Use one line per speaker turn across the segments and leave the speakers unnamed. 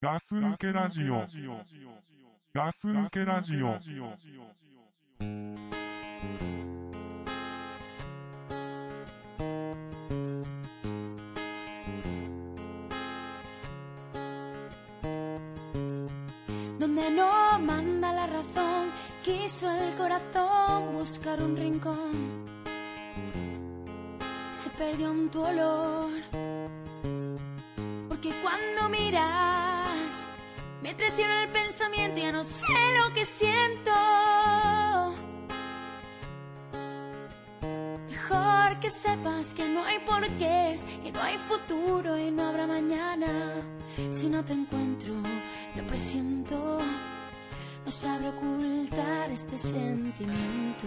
ガス抜けラジオ。ガス抜けラジオ。
Donde no manda la razón, quiso el corazón buscar un rincón. Se perdió en tu olor, porque cuando miras, me traiciona el pensamiento, ya no sé lo que siento. Mejor que sepas que no hay porqués, que no hay futuro y no habrá mañana. Si no te encuentro, lo presiento. No sabré ocultar este sentimiento.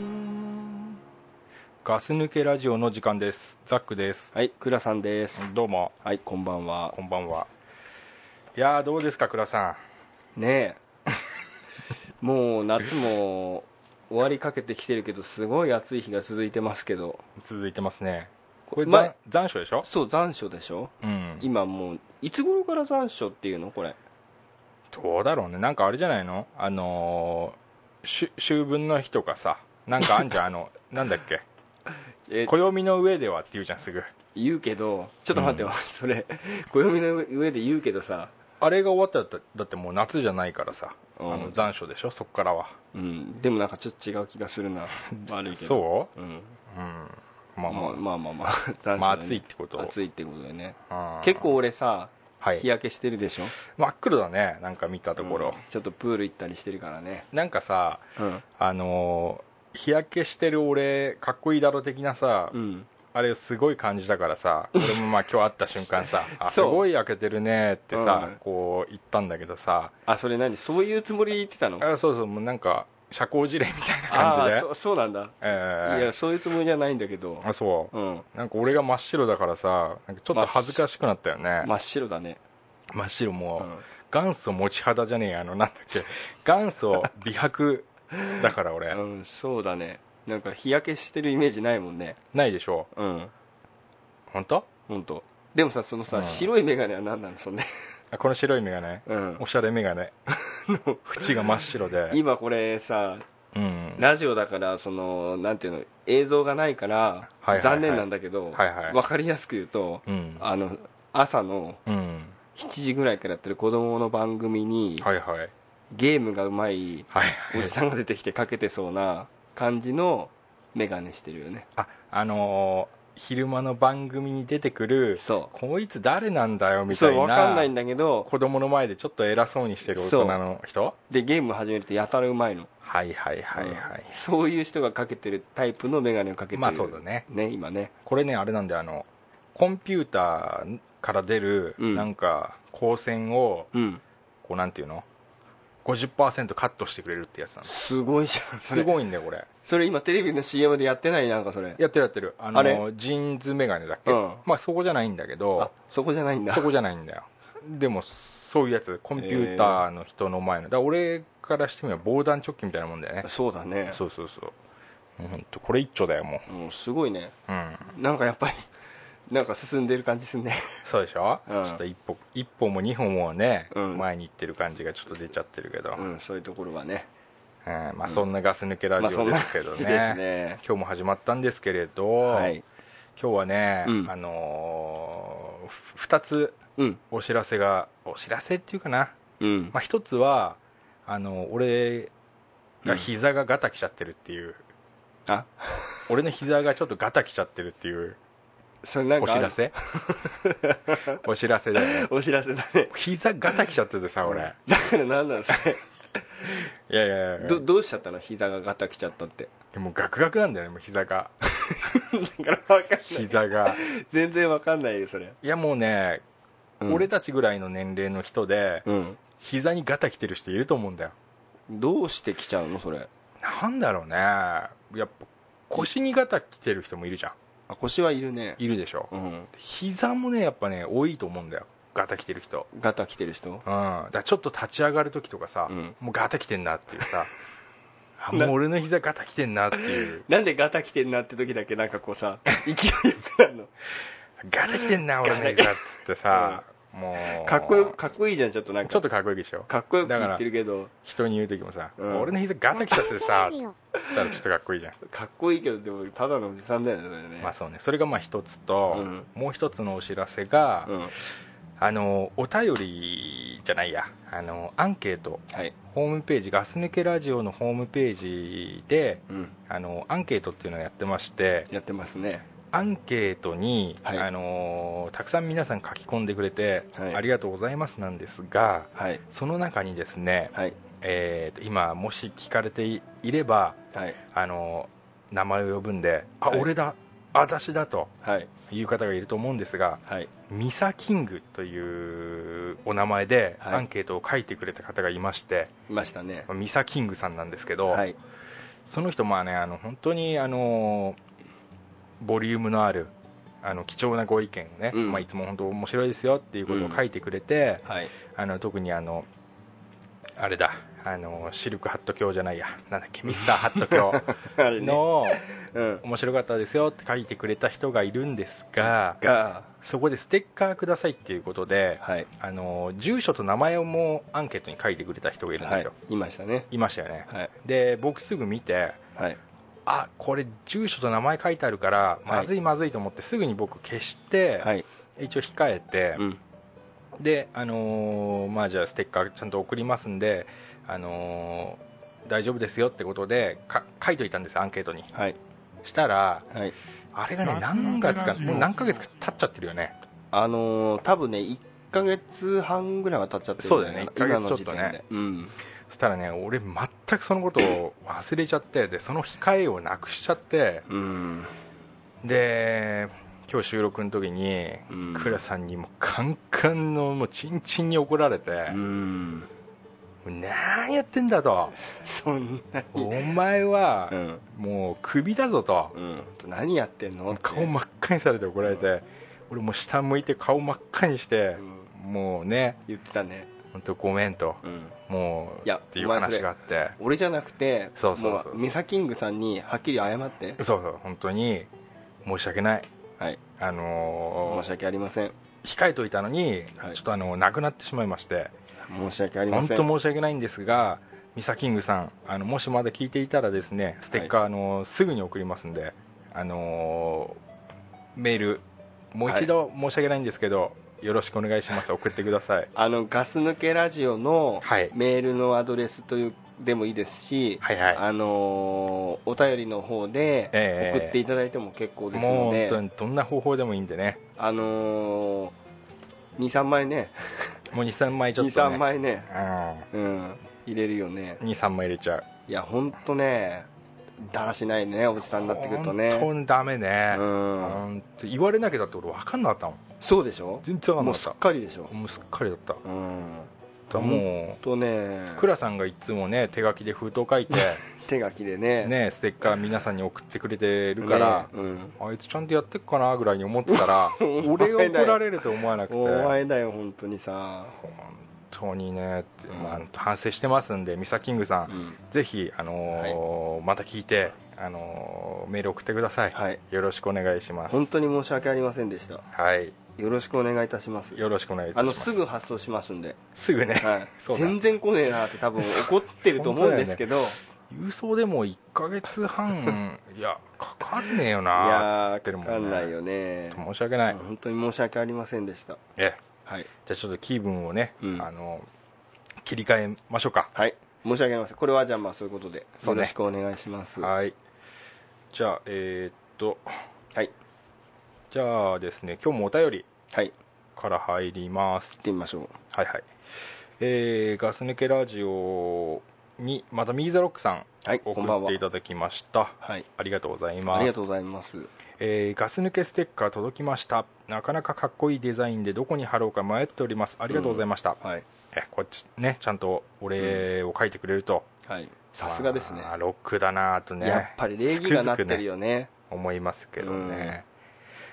ガス抜けラジオの時間です。ザックです。
はい、倉さんです。
どうも、
はい、こんばんは
こ。んばんは。いやー、どうですか、倉さ
ねえ。もう夏も終わりかけてきてるけど、すごい暑い日が続いてますけど。
ん。続いてますね。これ、
ま
残残暑でしょ
そう、残暑でしょ
うん。
今もう、いつ頃から残暑っていうのこれ。
どうだろうね。なんかあれじゃないのあのー、し秋分の日とかさ、なんかあ んじゃん、あの、なんだっけ、
え
暦の上ではって言うじゃん、すぐ。
言うけど、ちょっと待ってよ、
うん
それ、暦の上で言うけどさ、
あれが終わったらだ、だってもう夏じゃないからさ、あ
うん
の残暑でしょ、そっからは。
うん、でもなんかちょっと違う気が するな。悪いけど。。
そう
ん。
ううん。ま
ま
あまあ
あまあ、まあまあまあ、残暑だね
まあ暑いってこと
暑いってことだよね。
うん
結構俺さ、
はい
日焼けしてるでしょ。
真っ黒だねなんか見たところ
うん、ちょっとプール行ったりしてるからね。
なんかさ
うん。
あのー日焼けしてる俺かっこいいだろ的なさ、
うん。
あれすごい感じだからさ俺も まあ今日会った瞬間さあす
そう
ごい焼けてるねってさ、
うん
こう言ったんだけどさ
あそれ何そういうつもりで言ってたの
あそうそうもうなんか社交辞令みたいな
あ
感じで
ーそそうなんだ、い
え
やそういうつもりじゃないんだけど
ー、あそう
うん、
なんか俺が真っ白だからさなんかちょっと恥ずかしくなったよね、
真っ白だね、
真っ白
う
もう、
ん
元祖持ち肌じゃねえやあのなんだっけ元祖美白だから俺、
うんそうだねなんか日焼けしてるイメージないもんね
ないでしょ
うん
本当
本当。でもさそのさ、
うん
白い眼鏡は何なのそんね、
あこの白い眼鏡
うん
お、しゃれ眼 鏡の縁が真っ白で、
今これさ
うん、
ラジオだからそのなんていうの映像がないから、
はいはい
残念なんだけど、
はいはい
わかりやすく言うと
うん
あの朝の
うん
7時ぐらいからやってる子供の番組に、
はいはい
ゲームがうまい
はい
おじさんが出てきてかけてそうな感じのメガネしてるよね
ああのー昼間の番組に出てくる
そ
こいつ誰なんだよ
う
み
そ
た
う
い
わかん
な
ないんだけど
子供の前でちょっと偉そうにしてる大人の人
でゲーム始めるとやたらうまいの
はいはいはいはい、
そういう人がかけてるタイプのメガネをかけてる
まあそうだね
ね今ね
これねあれなんであのコンピューターから出る
うん
なんか光線を
うん
こうなんていうの50%カットしてくれるってやつなの
すごいじゃんそ
す
れ
ごいんだよこれ
それ今テレビの CM でやってないなんかそれ
やってるやってるあの
あれ
ジーンズメガネだっけ、
うん
まあそこじゃないんだけ
あ
ど
そこじゃないんだ
そこじゃないんだよでもそういうやつコンピューターの人の前の、だから俺からしてみれば防弾チョッキみたいなもんだよね
そうだね
そうそうそうもうほんとこれ一丁だよも
うんすごいね
ううん
なんかやっぱりなんか進んでる感じすんね
そうでしょ、
うん
ちょっと一歩一歩も二歩もね、
うん
前に行ってる感じがちょっと出ちゃってるけど、
うんそういうところはね
えーまあそんなガス抜けラ
まあ
ジ
そ
オ
ん
で
な
すけど
感
ね,、
じですね
今日も始まったんですけれど、
はい
今日はね、
うん
あのーふ二つ
うん
お知らせがお知らせっていうかな、
うん
まあ、一つはあの俺が膝がガタきちゃってるっていう、
あ
俺の膝がちょっとガタきちゃってるっていう
それなん
お
か
知
ある
らせ お知らせだよね
お知らせだね
膝ガタきちゃっててさ俺
だから何なのそ れ
いやいやいや
どどうしちゃったの膝がガタきちゃったって
でもガクガクなんだよねもう膝が
だから分かんない
膝が
全然分かんないよそれ、
いやもうね、俺たちぐらいの年齢の人で
うん
膝にガタきてる人いると思うんだよ
どうしてきちゃうのそれ
なんだろうねやっぱ腰にガタきてる人もいるじゃ
あ腰はいるね
んいるでしょ
うん
膝もねやっぱね多いと思うんだよガタきてる人
ガタきてる人
うんだからちょっと立ち上がる時とかさ、
うん
もうガタきてんなっていう さあもう俺の膝ガタきてんなっていう
なんでガタきてんなって時だけ なんかこうさ勢いよくなるの
ガタきてんな俺の膝っつってさ、もう
かっこよかっこいいじゃんちょっとなんか
ちょっとかっこいいでしょ
かっこよく言ってるけど
人に言う時もさ、
うん
俺の膝ガタきちゃってさって言ったらちょっとかっこいいじゃん
かっこいいけどでもただのおじさんだよねそれね
まあそうねそれがまあ一つと、
うん
もう一つのお知らせが、
うんは
あのお便りじゃないやあのアンケート
い
ホームページガス抜けラジオのホームページで
うん
あのアンケートっていうのをやってまして
やってますね
アンケートに、
はい
あのたくさん皆さん書き込んでくれて、
はい
ありがとうございますなんですが
はい
その中にですね、
はい
えーと今もし聞かれていれば
はい
あの名前を呼ぶんで「あ、
はい
俺だ私だ」と
はい
いう方がいると思うんですが
はい
ミサキングというお名前で
はい
アンケートを書いてくれた方がいまして、
いましたね
まあミサキングさんなんですけど、
はい
その人まあねあの本当にあのボリュームのあるあの貴重なご意見をね、
うん
まあ、いつも本当面白いですよっていうことを書いてくれて、
はい
あの特にあのあれだあのシルクハット教じゃないやなんだっけミスターハット教
あれ ね
の
うん
面白かったですよって書いてくれた人がいるんですが
が
そこでステッカーくださいっていうことで
はい
あの住所と名前をもうアンケートに書いてくれた人がいるんで
は
す
い
よ、
いましたね
いましたよね
はい
で僕すぐ見て
はい
あこれ住所と名前書いてあるから
はい
まずいまずいと思ってすぐに僕消して、
はい
一応控えて、
うん
であのーまあじゃあステッカーちゃんと送りますんであのー大丈夫ですよってことでか書いといたんですアンケートに
はい
したら
はい
あれがね
ガス
何月か
ラジオ
もう何ヶ月か経っちゃってるよね
あのー多分ね1ヶ月半ぐらいは経っちゃってる
そうだよね
んじゃないかな
一ヶ月ちょっとね
今の時点でうん
そしたらね俺全くそのことを忘れちゃってでその控えをなくしちゃって
うん
で今日収録の時に
うん
クラさんにもうカンカンのもうチンチンに怒られて
う、ん
もう何やってんだと
そんなに
お前は
うん
もうクビだぞと
うん何やってんのって
顔真っ赤にされて怒られて、俺もう下向いて顔真っ赤にして
う、ん
もうね
言ってたね
本当ごめんと
うん
もう
いや
っていう話があって
俺じゃなくて
そうそうそう
もミサキングさんにはっきり謝って
そうそう本当に申し訳ない
はい
あのー
申し訳ありません
控えといたのに、
はい
ちょっとあのなくなってしまいまして
申し訳ありま
本
せ
当
ん
申し訳ないんですがミサキングさんあのもしまだ聞いていたらですねステッカー、あのすぐに送りますんで、あのーメールもう一度申し訳ないんですけど、よろしくお願いします送ってください
あのガス抜けラジオの
はい
メールのアドレスというでもいいですし、
はいはい
あのーお便りの方で
ええ
送っていただいても結構です
も
の
う本
で、
当にどんな方法でもいいんでね
あのー、23枚ね
もう23枚ちょっと、ね、
23枚ね、うん、入れるよね
うん23枚入れちゃう
いや本当ねだらしないねおじさんになってくるとね
本当にダメね、
うん、
本当言われなきゃだって俺分かんなかったもん
そうでしょ
全然分か
も
ん
う
な
す
か
っ
っ
かりでしょ
たもうすっかりだっただか
うん
らも
とね
う倉さんがいつもね手書きで封筒書いて
手書きで ね
ね、ステッカー皆さんに送ってくれてるから
ね、うん、
あいつちゃんとやってっかなぐらいに思ってた ら
お前
俺
だよ
が怒られると思わなくて
お
本
前だよ本当にさ、
当にね、って
うん
まあ、反省してますんでミサキングさん、
うん
ぜひ、あのーまた聞いて、あのーメール送ってください、
はい
よろしくお願いします
本当に申し訳ありませんでした
はい
よろしくお願いいたします
よろしくお願いいた
あ
しま
の
す
すぐ発送しますんで、
すぐね、
はい
そうだ
全然来ねえなって多分怒ってると思うんですけど、
郵送でも1ヶ月半いやかかんねえよ
い
なー
や
って言ってる
ー
もん、
か
ね、
かんないよね
申し訳ない、
本当に申し訳ありませんでした
ええ
はい、
じゃあちょっと気分をね、
うん
あの切り替えましょうか
はい、申し訳ありませんこれはじゃあまあそういうことで
そ
よ
うね
ろしくお願いします、
はいじゃあえーっと
はい
じゃあですね今日もお便り
はい行
から入ります
ってみましょう
はいはいえーガス抜けラジオにまたミーザロックさん
はいこ
送
んばん
っ
は
ていただきました
はい
ありがとうございます
ありがとうございます
えーガス抜けステッカー届きましたなかなかかっこいいデザインでどこに貼ろうか迷っておりますありがとうございました、
はい
えこっちねちゃんとお礼を書いてくれると、
はいさすがですね
まあロックだなぁとね
やっぱり礼儀がなってる
つくづくね
よね
思いますけどね、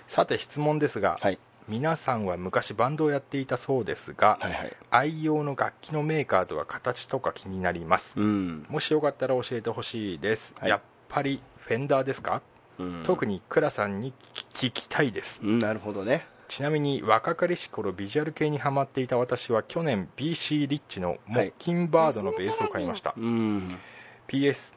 さて質問ですが、
はい
皆さんは昔バンドをやっていたそうですが、
はいはい
愛用の楽器のメーカーとか形とか気になります、
うん、
もしよかったら教えてほしいです、
はい
やっぱりフェンダーですか、
うん
特にクラさんに聞き聞きたいです
うんなるほどね
ちちなみに若かりし頃ビジュアル系にハマっていた私は去年 BC リッチのモッキンバードのベースを買いました、
うん、
PS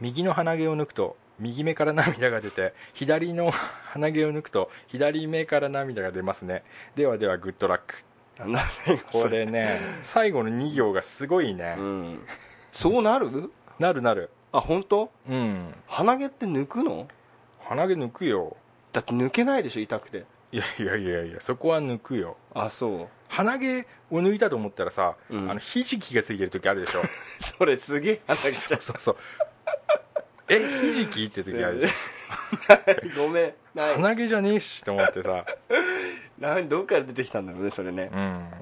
右の鼻毛を抜くと右目から涙が出て左の鼻毛を抜くと左目から涙が出ますねではではグッドラック
なんだ
これね最後の2行がすごいね、
うん、そうなる
なるなる
あ本当
うん
鼻毛って抜くの
鼻毛抜くよ
だって抜けないでしょ痛くて
いやいやいやいやそこは抜くよ
あそ
鼻毛を抜いたと思ったらさ、
う、うん、
あのひじきがついてる時ある でしょ
それすげえ話しち
そうそうそうえひじきって時あるでしょ
ごめんない
鼻毛じゃねえしと思ってさ、
なんどっから出てきたんだろうねそれね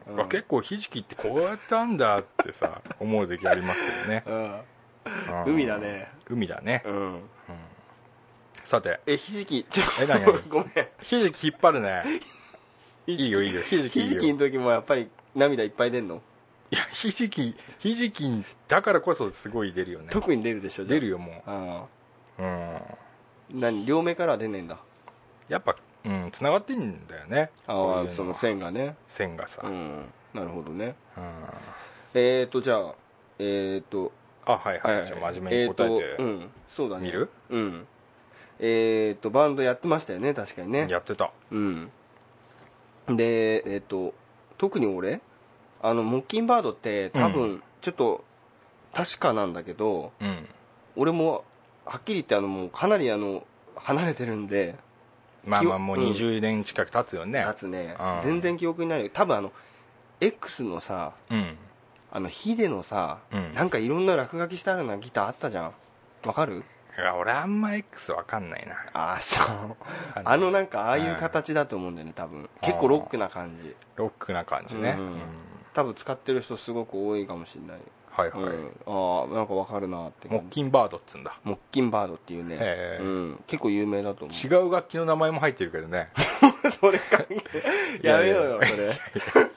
うん
うん
あ結構ひじきってこうやったんだって さ思う時ありますけどね、
うん
うん
海だね
海だね、
うん
うんさて
えひじきちょ
え何何
ごめん
ひじき引っ張るねいいよいいよひじきい
ひ
い
じ
よ
きの時もやっぱり涙いっぱい出んの
いやひじきひじきだからこそすごい出るよね
特に出るでしょ
出る
よ
よも
あ
ううん
何両目からは出ねえんだ
やっぱうんつながってんだよねこう
あ
いう
あ
は
その線がね
線がさ、
う
うん
んなるほどね
あ
えーとじゃあえーと
はいはい、じゃあ真面目に答え
ーとう
て
んそうだね
みる、
うんえーとバンドやってましたよね確かにね
やってた
うんでえーと特に俺あのモッキンバードって多分、
う
ちょっと確かなんだけど
うん
俺もはっきり言ってあのもうかなりあの離れてるんで
まあまあもう
うん
20年近く経つよね
かつね
うん
全然記憶にないよ多分あの X のさ
うん
あのヒデのさ
うん
なんかいろんな落書きしてあるようなギターあったじゃんわかる
いや俺あんま X わかんないな
ああそうあのなんかああいう形だと思うんだよね多分結構ロックな感じ
ロックな感じね、
うん
うん
多分使ってる人すごく多いかもしれない、
はいはい、
うんああなんかわかるなって
モ
感
ッ
じ
キンバードっつうんだ
モッキンバードっていうね、
へえ
うん、結構有名だと思
違う楽器の名前も入ってるけどね
う それ関係やめろよ
い
それ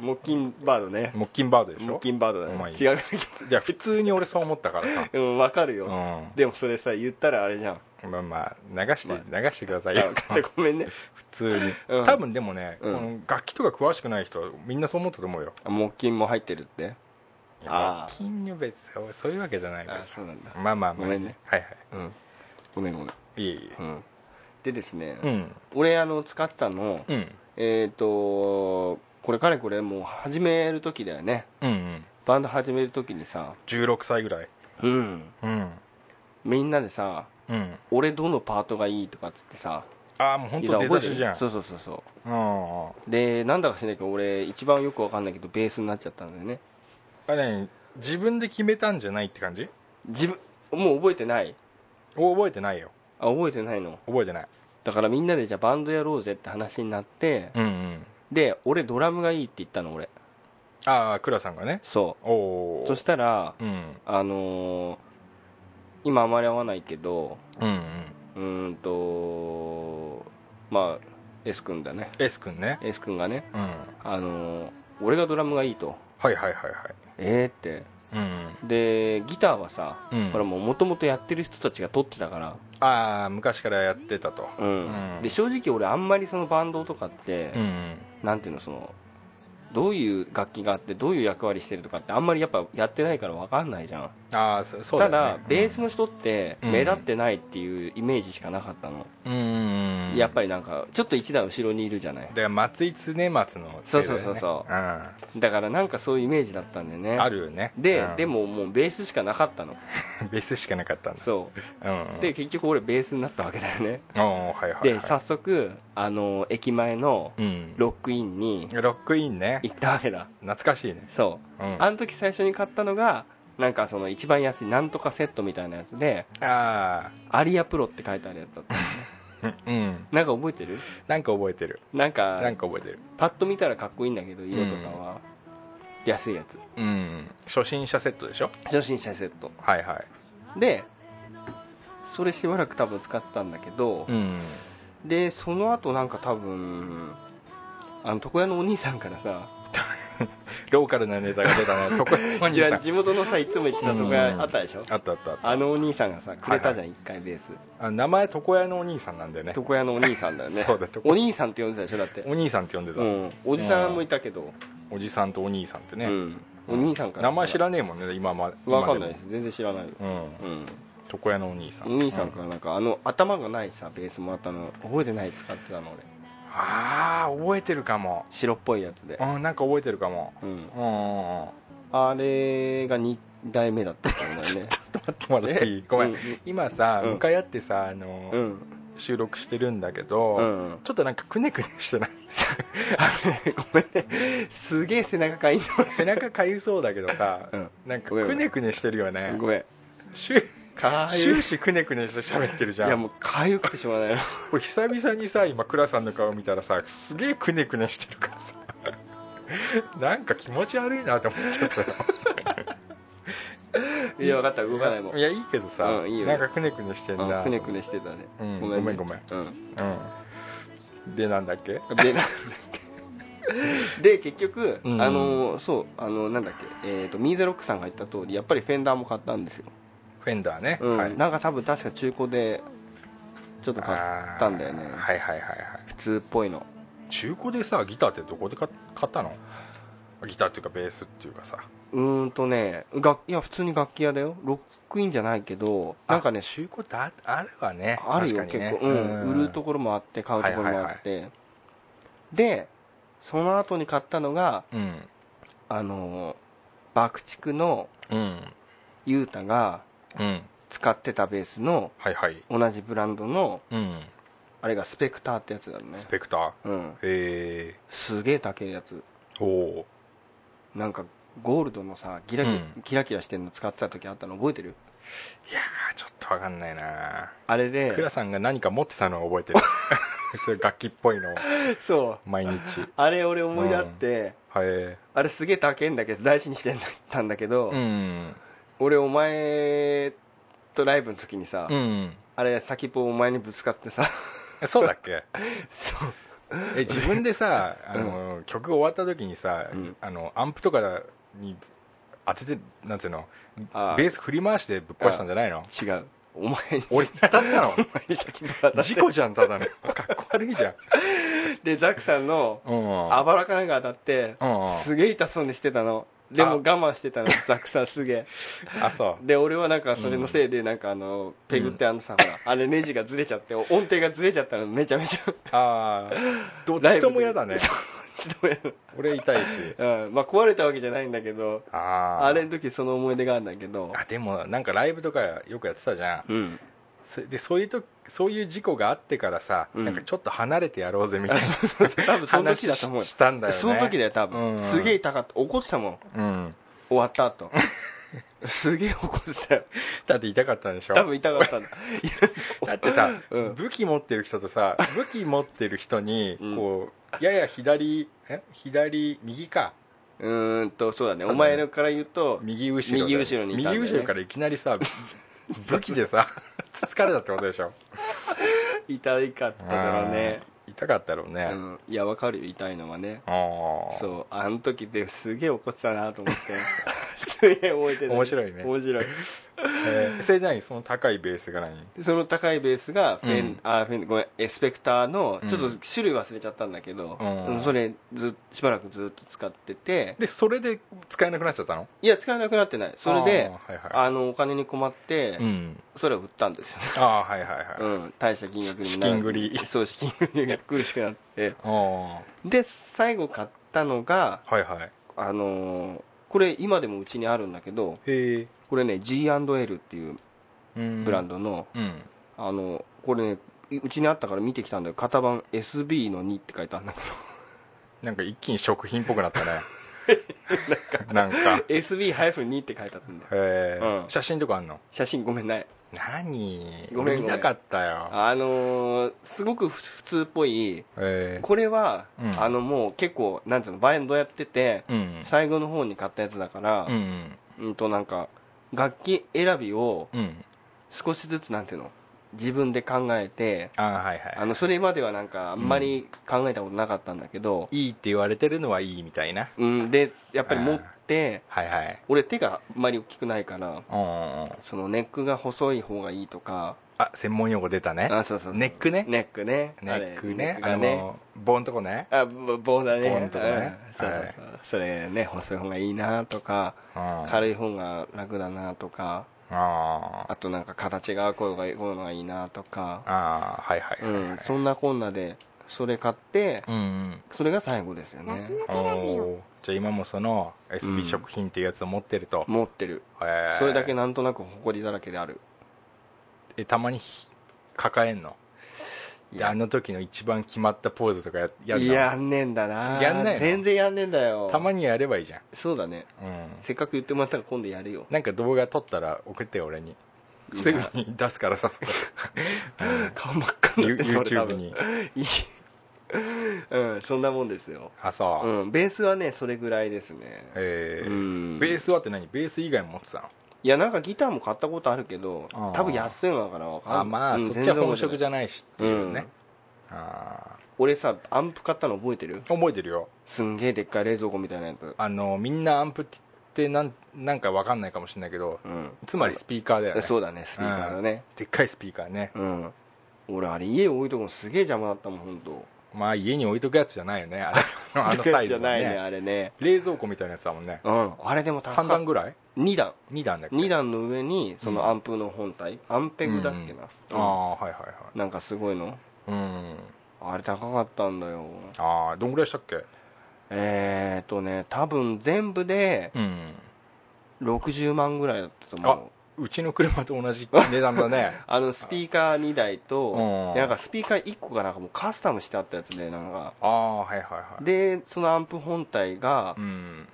モッキンバードね
モッキンバードでし
モッ
ょ
キンバードだ
お前
ね違う
いや普通に俺そう思ったからさ
うんわかる
う
よ、
ん
でもそれさ言ったらあれじゃん
まあまあ流して流してください よ
あごめんね
普通に
うん
多分でもね、
うん
この楽器とか詳しくない人はみんなそう思ったと思うよ
モッキンも入ってるって
いや
あー
楽器に別に俺そういうわけじゃないからさ
そうなんだ
まあまあまあ
ごめんね
はいは
うんごめんごめん、
いいえい
うん、でですね、
えうん
俺あの使ったの
うん
えっ、とこれかれこれもう始める時だよね
うんうん
バンド始める時にさ、
16歳ぐらい
うん、
うん
みんなでさ
うん
俺どのパートがいいとかっつってさ
ああもう本
言
当
っ
出
たの
だしじゃん
そうそうそうそ
うん
うでなんだか知らないけど俺一番よくわかんないけどベースになっちゃったんだよね
あれ自分で決めたんじゃないって感じ
自分もう覚えてない
お覚えてないよ
あ覚えてないの
覚えてない
だからみんなでじゃあバンドやろうぜって話になって、
うんうん
で俺ドラムがいいって言ったの俺
ああ倉さんがね
そ
お
う
お
そしたら
うん
あのー今あまり合わないけど
うんうん
うーんとまあ S 君だね
S 君ね
S 君がね
うんはい
あのー俺がドラムがいいと
はいはいはい
えーって
うん
でギターはさ
うん
これももともとやってる人たちが撮ってたから、
ああ昔からやってたと
うん
うん
で正直俺あんまりそのバンドとかって、
うん
なんていうのそのどういう楽器があってどういう役割してるとかってあんまりやっぱやってないから分かんないじゃん
ああそそう
た
よ
だ
ね
ベースの人って
うん
目立ってないっていうイメージしかなかったの、
うんうんうん
やっぱりなんかちょっと一段後ろにいるじゃない
で松井常松の
そうそうそうそう
うんあ
だからなんかそういうイメージだったんでね
るよね
で、
うん
でももうベースしかなかったの
ベースしかなかったんだ
そううんで結局俺ベースになったわけだよね
おおはいはいはい
で早速あの駅前の
うん
ロックインに
ロックインね
行ったわけだ
懐かしいね
そう
うん
あの時最初に買ったのがなんかその一番安いなんとかセットみたいなやつで
あ
アリアプロって書いてあるやつだった
あうん
なんか覚えてる
なんか覚えてる
なん
な
か
んか覚えてる
パッと見たらかっこいいんだけど色とかは、安いやつ
うん初心者セットでしょ
初心者セット
はいはい
でそれしばらく多分使ってたんだけど、
ん
でその後なんか多分あの床屋のお兄さんからさ
ローカルなネタが出た ね床屋お
い
じさ
や
ん
地元のさいつも行ってたとこがあったでしょ
あったあったあった
あのお兄さんがさくれたじゃん一回ベース
あ名前床屋のお兄さんなんでね
床屋のお兄さんだよ ね
そうだ床屋
お兄さんって呼んでたでしょだって
お兄さんって呼んでた、
うんおじさんもいたけど
おじさんとお兄さんってね、
うんお兄さんから
名前知らねえもんね今ま
わかんないで
今
す全然知らないです
でも
うん
うん床屋のお兄さん
お兄さんからなんかあの頭がないさベースもらったの覚えてない使ってたの俺
ああ覚えてるかも
白っぽいやつで
うんなんか覚えてるかも
うん
うんうんうん
あれが2代目だったん だよね
もらっていいごめん、
うん
今さ
うん
向かい合ってさあの、
うん
収録してるんだけ
う
ど、
ん
ちょっとなんかくねくねしてない
ごめんねすげえ背中かいん
背中かゆそうだけどさ、
うん
なんか
ごめんご
く
めん
ねくねしてるよ
の
ね
ごめん
終
かゆい
終始くねくねして喋ってる
い
じゃん
やもうかゆくてしょうが ないな
これ久々にさ今倉さんの顔見たらさすげえくねくねしてるから さなんか気持ち悪いなと思っちゃったよ
いや分かった動かないもん
いやいいけどさ、
うんいいよ
なんかくねくねしてん
あ
な
くねくねしてたね
うん
ごめんね
ごめん
うん
うんでなんだっけ
でなんだっけで結局、
うん
あのそうあのなんだっけえっ、とミーゼロックさんが言った通りやっぱりフェンダーも買ったんですよ、
フェンダーね、
うん
はい
なんか多分確か中古でちょっと買ったんだよね
あーはいはいはいはい
普通っぽいの
中古でさギターってどこで買買ったのギターっていうかベースっていうかさ
うーんとね楽いや普通に楽器屋だよロックインじゃないけど
あ
なんかね
中古ってああるわね
あるよ、
確か
結
にね
構、うん売るところもあって買うところもあって、でその後に買ったのが
うん
あの爆竹の
うん
雄太が
うん
使ってたベースの
はいはい
同じブランドの
うん
あれがスペクターってやつだよね
スペクター
うん
へえ
すげえ高いやつ
おお
なんかゴールドのさギラギラ,、
うん
キラキラしてるの使ってた時あったの覚えてる
いやーちょっとわかんないな
あれ
クラ
で
さんが何か持ってたのを覚 えてるそういう楽器っぽいのを
そう
毎日 は
あれ俺思い出あって、
い
あれすげえ高えんだけど大事にしてんだったんだけど、
うん
俺お前とライブの時にさ、
うん
あれ先っぽお前にぶつかってさ
えそうだっけ
そう
え自分で さあの、曲終わった時にさ、
うん
あのアンプとかに当ててなんていうの
あ
ベース振り回してぶっ壊したんじゃないの
違うお前に
俺に当たった の
お前に先っぽ当たっ
事故じゃんただの かっこ悪いじゃん
てでザックさんの
うん
あばらかなんか当たって
うんうん
すげえ痛そうにしてたのでも
あ
我慢して たのザックさんすげえ
あそう
で俺はなんかそれのせいでなんかあのペグってあのさ、ほらあれネジがずれちゃって音程がずれちゃったのめちゃめちゃ
ああどっちとも嫌だね
そうちょっとやだ
俺痛いし
うん、まあ壊れたわけじゃないんだけど
ああ
あれの時その思い出があるんだけど
あでもなんかライブとかよくやってたじゃん
うん
そでそういうとそういう事故があってからさ、
うん
なんかちょっと離れてやろうぜみたい
あ
な
そうそうそう多分その時だと思う
話ししたんだよね
その時だよ多
う
分
ん
すげえ痛かった怒ってたもん
うん
終わった後すげえ怒ってたよ
だって痛かったんでしょ
多分痛かったんだ
だってさ、
うん
武器持ってる人と さ武器持ってる人に
うん
こう、やや左え左右か
うーんとそうだね
そうだね
お前のから言うと
右後ろ
右後ろにいたんだよね
右後ろからいきなり さ武器でさ疲れたってことでしょ
痛いかっただろうね、
うん痛かったろう
う
ね、
ん、いやわかるよ痛いのはね
ああ
そうあの時ですげえ怒ってたなと思って すげえ覚えてる
面白いね
面白い
えーそれ何その高いベースが何
その高いベースがフェン、
うん
あフェンごめんエスペクターの
うん
ちょっと種類忘れちゃったんだけど、
うん
それずしばらくずっと使ってて
でそれで使えなくなっちゃったの
いや使えなくなってないそれで
あーはいはい
あのお金に困って、
うん
それを売ったんです よ、
ああはいはいはい、あ
うん、大した金額にもならず
資金繰り
そう資金繰りが苦しくなって
あは
で最後買ったのが
いはい
あのーこれ今でもうちにあるんだけど
へえ
これね G&L っていう
ブ
ブランドの、
うん
あのこれねうちにあったから見てきたんだよ型番 SB の2って書いてあるんだけど
なんか一気に食品っぽくなった ねなんか
SB-2 って書いてあったんだよ
へえ、
うん
写真とかあんの
写真ごめんない
何
ごめんごめん
見たかったよ
あのーすごくふ普通っぽい
へえ
これは、
うん
あのもう結構なんていうのバンドやってて、
うん
最後の方に買ったやつだから
う、ん
うん、となんか楽器選びを
うん
少しずつなんていうの自分で考えて
あーはいはい
あのそれまではなんかあんまり考えたことなかったんだけど、
いいって言われてるのはいいみたいな
うん、でやっぱり持って
はいはい
俺手があんまり大きくないから
うんうんうん
そのネックが細い方がいいとか
あ専門用語出たね
あそうそうそう
ネックね
ネックね
ネック
あれ
ね
ネック
あ
がね
の棒んとこね
あぼ棒だね
棒のとこね
うんそうそうそう、それね細い方がいいなとか、
軽い
軽い方が楽だなとか
あー
あとなんか形がこういうのがこういうのがいいなとか、
あーはいは
う
いはいは
ん
い、
そんなこんなでそれ買って、
うんうん
それが最後ですよね
おーじゃあ今もその
う
SB
ん
食品っていうやつを持ってると、
持ってる
へー
それだけなんとなく埃だらけである
えたまにひ抱えんの
い
であの時の一番決まったポーズとかややんの
やんねえんだな
やんないの
全然やんねえんだよ
たま
に
にやればいいじゃん、
そうだね
うん、
せっかく言ってもらったら今度やるよ
なんか動画撮ったら送ってよ俺に
いいな
すぐに出すからさそれ、うん
顔真っ赤になって
You-
る それ多
YouTube
分
に
いいうんそんなもんですよ
あそう、
うんベースはねそれぐらいですね
えー
うん
ベースはって何ベース以外も持ってたの
いやなんかギターも買ったことあるけど
あー
多分安いのだからわかんない
あまあ、
うん
そっちは本職じ
ゃ
ゃないしっていうね、あ
俺さアンプ買ったの覚えてる
ー覚えてるよ
すんげえでっかい冷蔵庫みたいなやつ
あのみんなアンプってなんなんかわかんないかもしれないけど
うん
つまりスピーカーだよね
そうだねスピーカーだね
でっかいスピーカーね
うん、俺あれ家置いとくのすげえ邪魔だったもん本当
まあ家に置いとくやつじゃないよね あれあのサイズ
じゃ
は
ないね
ね
あれね
冷蔵庫みたいなやつだもんね
うんあれでも高
3段ぐらい
2段
2段だっけ
2段の上にそのアンプの本体、アンペグだっけな、
ああはいはいはい
うんなんかすごいの
うん
あれ高かったんだよ
ああどんぐらいしたっけ
えー、っとね多分全部で
うん
60万ぐらいだったと思う
うちの車と同じ値段だね
あのスピーカー2台
うん
とでなんかスピーカー1個がなんかもうカスタムしてあったやつでなんか
ああはいはいはい
でそのアンプ本体が
うん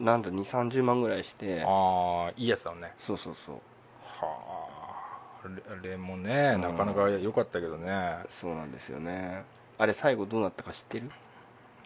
なんだ2 3 0万ぐらいして
ああいいやつだね
そうそうそう
はああれもね
うん
なかなか良かったけどね
そうなんですよねあれ最後どうなったか知ってる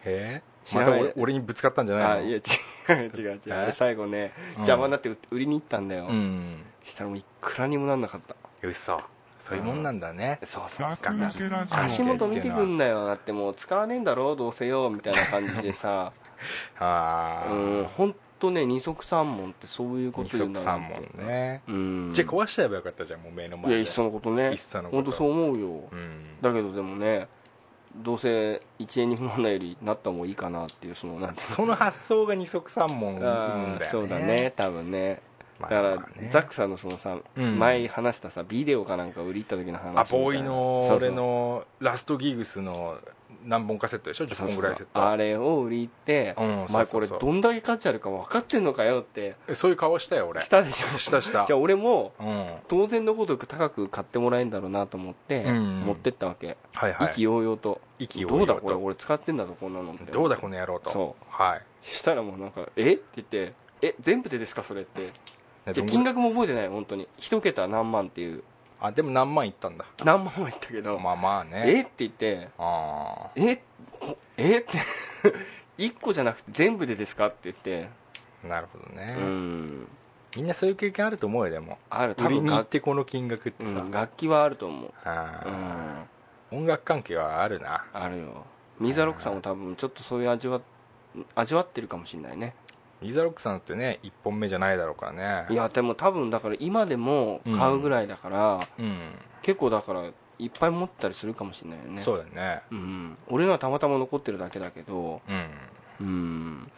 へえ
知
ま
ら
た
ない
俺俺にぶつかったんじゃないの
あいや 違う違う違うあれ最後ね
うん
邪魔になって売りに行ったんだよ、
うん
したらもういくらにもなんなかった
嘘そういうもんなんだね
そうそう
ガス抜けラジ
あ
足
オ
元見てくんなよだってもう使わねえんだろどうせよみたいな感じでさ
ああ
うん本当ね二足三問ってそういうこ
二
と言うん
足
だ
三門ね
うん
じゃあ壊しちゃえばよかったじゃんもう目の
い
前
や
で
いっそのことね
いっそのこと
本当そう思うよ、
うん
だけどでもねどうせ1円にもなんないよりなった方がいいかなっていうそのなんていうの
その発想が二足三門なんだよね
そうだね多分ね
ま
だ
あ
から、
まあね
ザックさんのそのさ、
うん
前話したさビデオかなんか売り行った時の話みたいな
あボーイの
そうそう
俺のラストギグスの何本かセットでしょ10本ぐらいセット
あれを売り行って、
うん
お
そう
前
そ
こ
う
れ
そう
どんだけ価値あるか分かってんのかよって
えそういう顔したよ俺
したでし ょ
したした
じゃあ俺も
うんは
当然のごとく高く買ってもらえんだろうなと思って
うん
持ってったわけ、
いは
意気
い
揚々と
意気揚
ど
々
う
と
だこれ俺使ってんだぞこんなのって
どうだこの野郎と
そ
は
したらもうなんか「えっ?」て言って「え全部でですかそれ」って
い
じゃ
どんぐら
あ
い
金額も覚えてない本当に一桁何万っていう
あでも何万いったんだ
何万は言ったけど
まあまあ
「え
ね
っ?」て言って
あ
「えおえっ?」て 一個じゃなくて全部でですかって言って
あなるほどね、
うん
みんなそういう経験あると思うよでも
ある多
売り
分
に行っ
楽,、
てこの金額って
う
さ、
ん、楽器はあると思うう
あ
ん
ー音楽関係はあるな
あるよミザロックさんも多分ちょっとそういう味わ味わってるかもしれないね
ミザロックさんってね1本目じゃないだろうからね
いやでも多分だから今でも買うぐらいだから、
うん
結構だからいっぱい持ったりするかもしれないよね
そうだね
うん、俺のはたまたま残ってるだけだけど、
うん
うん、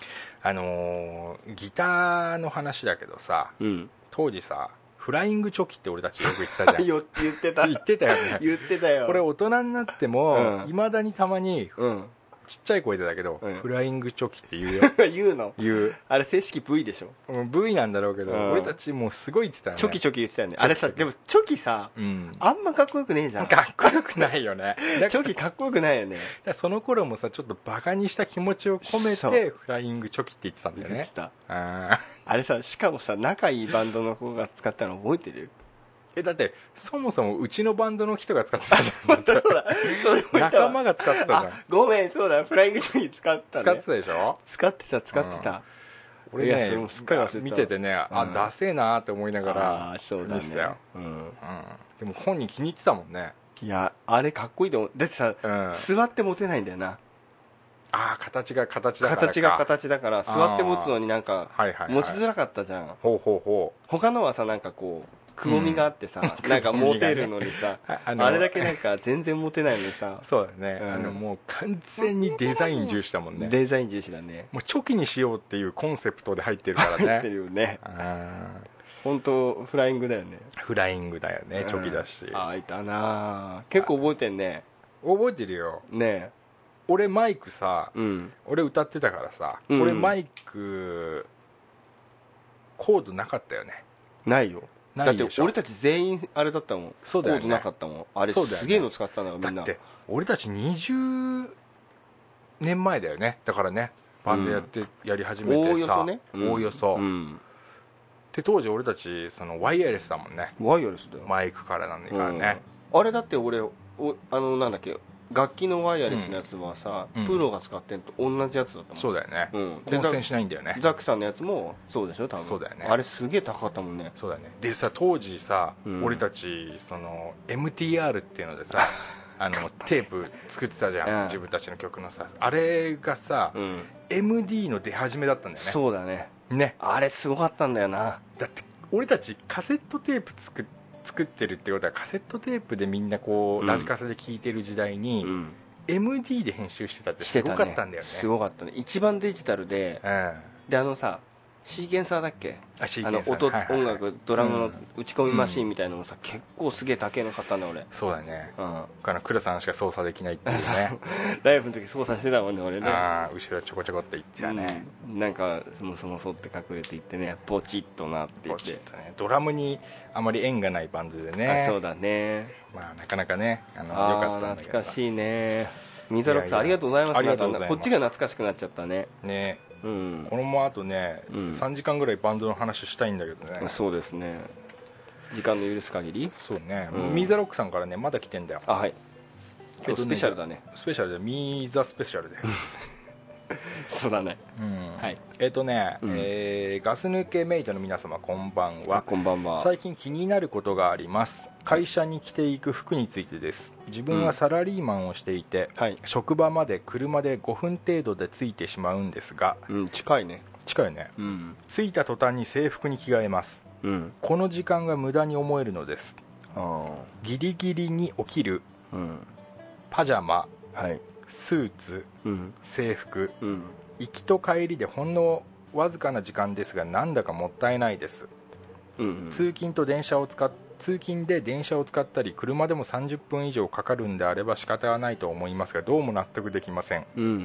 あのーギターの話だけどさ
うん、
当時さフライングチョキって俺たちよく言って たじゃ
よって言ってた
ん言ってたよね
言ってたよ
これ大人になっても
うん
いま、未だにたまに
うん
ちっちゃい声でだけど、
うん
フライングチョキって言うよ
言うの
言う
あれ正式 V でしょ、
うん部位なんだろうけど、
うん
俺たちもうすごい言ってたよね
チョキチョキ言ってたよね
チョキ
あれさでもチョキさ
うん
あんまかっこよくねえじゃん
かっこよくないよねだ
チ
か
ョキかっこよくないよね
らその頃もさちょっとバカにした気持ちを込め
そう
てフライングチョキって言ってたんだ
言
よ
って
ね
た
あー
あれさしかもさ仲いいバンドの子が使ったの覚えてる
えだってそもそもうちのバンドの人が使ってたじ ゃん
そうだそれも言ったわ
仲間が使ってたじゃん
あごめんそうだフライングチョキ使った、ね、
使ってたでしょ
使ってた使ってた、
俺
いや
ね
それもすっかり忘れてた
見ててねあ、
うん
ダセえなって思いなが
あー
ら
そうだ
見てた
ね
よ、
うん、
うん、でも本人気に入ってたもんね、
いやあれかっこいいと思うだってさ
うん、あ
座って持てないんだよな
あ形が形だからか
形が形だから座って持つのになんか
はいはい、はい、
持ちづらかったじゃん
ほうほうほ
他のはさなんかこうくぼみがあってさ、 なんか持てるのにさ、
うあ
あ
の
れだけなんか全然持てないのにさ、
そうだね、
うん
あのもう完全にデザイン重視だもんね
デザイン重視だね
もうチョキにしようっていうコンセプトで入ってるから
入って
ね
るよね
うん
本当フライングだよね
フライングだよねチョキだし、
うんああいたなあ結構覚えてんね
覚えてるよ
ね
俺マイクさ
えうん
俺歌ってたからさ、
うん
俺マイクコードなかったよね
ないよ
ないでしょ
だって俺たち全員あれだったもん
そうだよね
コードなかったもんあれ
そうだよね
すげえの使ってたんだからみん
だ
な
って俺たち20年前だよねだからねバンドやって、やり始め
おお
て
よ
さ
そねうん
おおよそ
うん
で当時俺たちそのワイヤレスだもんね
ワイヤレスだよ
マイクからなんだからね、
うんあれだって俺おあのなんだっけ楽器のワイヤレスのやつはさ、
うん
プロが使ってんと同じやつだったもん
そうだよね、
うん、で
混
ザ
戦しないんだよね
ザックさんのやつもそうでしょ多分
そうだよね
あれすげえ高かったもんね
そうだねでさ当時さ、
うん
俺たちその MTR っていうので さあのテープ作ってたじゃん、
うん
自分たちの曲のさあれがさ、
うん、
MD の出始めだったんだよね
そうだね
ね
あれすごかったんだよな
だって俺たちカセットテープ作っ作ってるってことはカセットテープでみんなこう、
うん
ラジカセで聴いてる時代に、MD で編集してたって
し
す
て
ご
たね
かったんだよね
すごかったね一番デジタルで
うん、あ
であのさシーケンサーだっけ
シーケ
あ
ンサ
の
ーね
音、
はいはいはい
音楽ドラム
う
の
ん
打ち込みマシーンみたいなのもさ、結構すげえ高えの買ったんだ俺、
そうだね
うん、
他の倉さんしか操作できないっていう ね
ライブの時操作してたもんね俺ね
ああ後ろちょこちょこっていっちゃうね、
うんなんかそもそもそって隠れていってねポチッとなって言
ポ
っ
チ
て
ッとねドラムにあまり縁がないバンドでね
あそうだね
まあ、なかなかねあの良
あ
か
あ
ったんだけど
懐かしいねミザロックさんあ
い
り
やいや
がとうございます
ありがとうございます
なんかこっちが懐かしくなっちゃったね
ね
うん
このままあとね、
うん
3時間ぐらいバンドの話したいんだけどね
そうですね時間の許す限り
そうね、
うん
ミーザロックさんからねまだ来てんだよ
あはい
え
今
っと
日ス
ね
ペシャル だね
スペシャルでミーザスペシャル で、
そうだね
うん
はい
えっとね、
うん
えーガス抜けメイトの皆様こんばんは
こんばんは
最近気になることがあります会社に着ていく服についてです自分はサラリーマンをしていて、
はい、
職場まで車で5分程度で着いてしまうんですが
うん、近いね
近いよね
うん
着いた途端に制服に着替えます
うん
この時間が無駄に思えるのです
あ
ギリギリに起きる
あうん
パジャマ
はい
スーツ
うん
制服
うん
行きと帰りでほんのわずかな時間ですがなんだかもったいないです
うん
通勤と電車を使っ通勤で電車を使ったり車でも30分以上かかるんであれば仕方がないと思いますがどうも納得できません
うん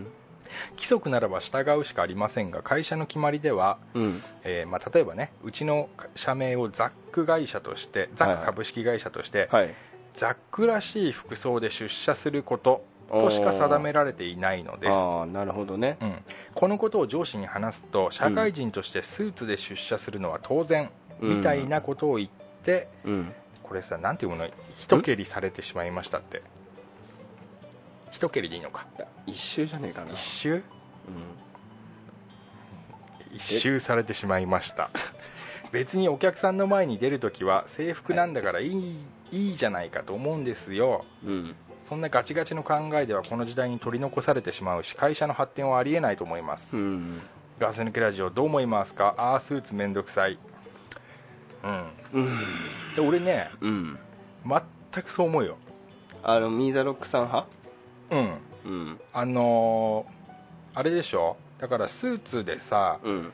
規則ならば従うしかありませんが会社の決まりでは
うん
えーまあ、例えばねうちの社名をザック会社としてザック株式会社として、
はい
ザックらしい服装で出社することとしか定められていないのです、
ああなるほどね
うん、このことを上司に話すと社会人としてスーツで出社するのは当然、みたいなことを言って
うん
これさなんていうもの一蹴りされてしまいましたって一蹴りでいいのか
一周じゃねえかな
一周一周されてしまいました別にお客さんの前に出るときは制服なんだからいい,、い、いじゃないかと思うんですよ
うん
そんなガチガチの考えではこの時代に取り残されてしまうし会社の発展はありえないと思います、
うん
ガス抜けラジオどう思いますかああスーツめんどくさいうん
うん
で俺ね
うん
全くそう思うよ
あのミーザロックさん派
うん
うん
あのーあれでしょだからスーツでさ
うん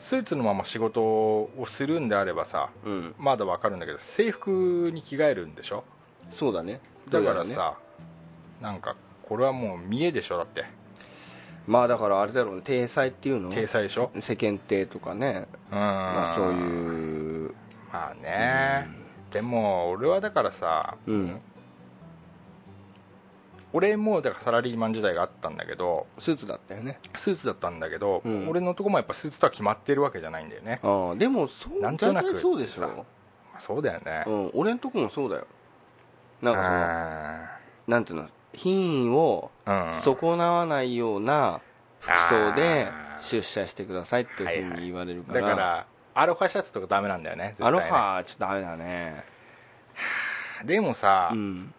スーツのまま仕事をするんであればさ
うん
まだわかるんだけど制服に着替えるんでしょ
そうだね
だから
どうや
さ、なんかこれはもう見えでしょだって
ねまあだからあれだろうね体裁っていうの
体裁でしょ
世間体とかね
うん、
まあそう
う
いう
まあね、でも俺はだからさ
うん
俺もだからサラリーマン時代があったんだけど
スーツだったよね
スーツだったんだけど、
うん
俺のとこもやっぱスーツとは決まってるわけじゃないんだよね、
ああでもそう
なんとなく
大体そうでし
さ
ょ
まあそうだよね
うん俺んとこもそうだよ
う
なんかそのなんていうの品位を
んうん
損なわないような服装で
あ
出社してくださいっていうふうに言われるか
だ
ら,、
からアロハシャツとかダメなんだよね絶
ア
対ね
ロハはちょっとダメだね
でもさ、
うん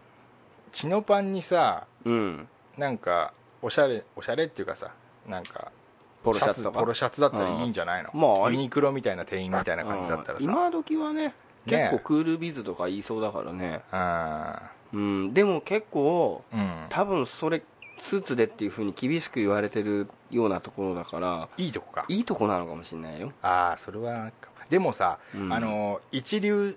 チノパンにさ
うん
なんかおしゃれおしゃれっていうかさなんか
ポロシャツとか
ポロシャツだったらいいんじゃないの、
うんまああり
ユニクロみたいな店員みたいな感じだったらさ、
うん今時は
ね
ね結構クールビズとか言いそうだからね
あ
うんでも結構
ーうん
多分それスーツでっていうふうに厳しく言われてるようなところだから
いいとこか
いいとこなのかもしれないよ、
ああそれはでもさ、
うん
あの一流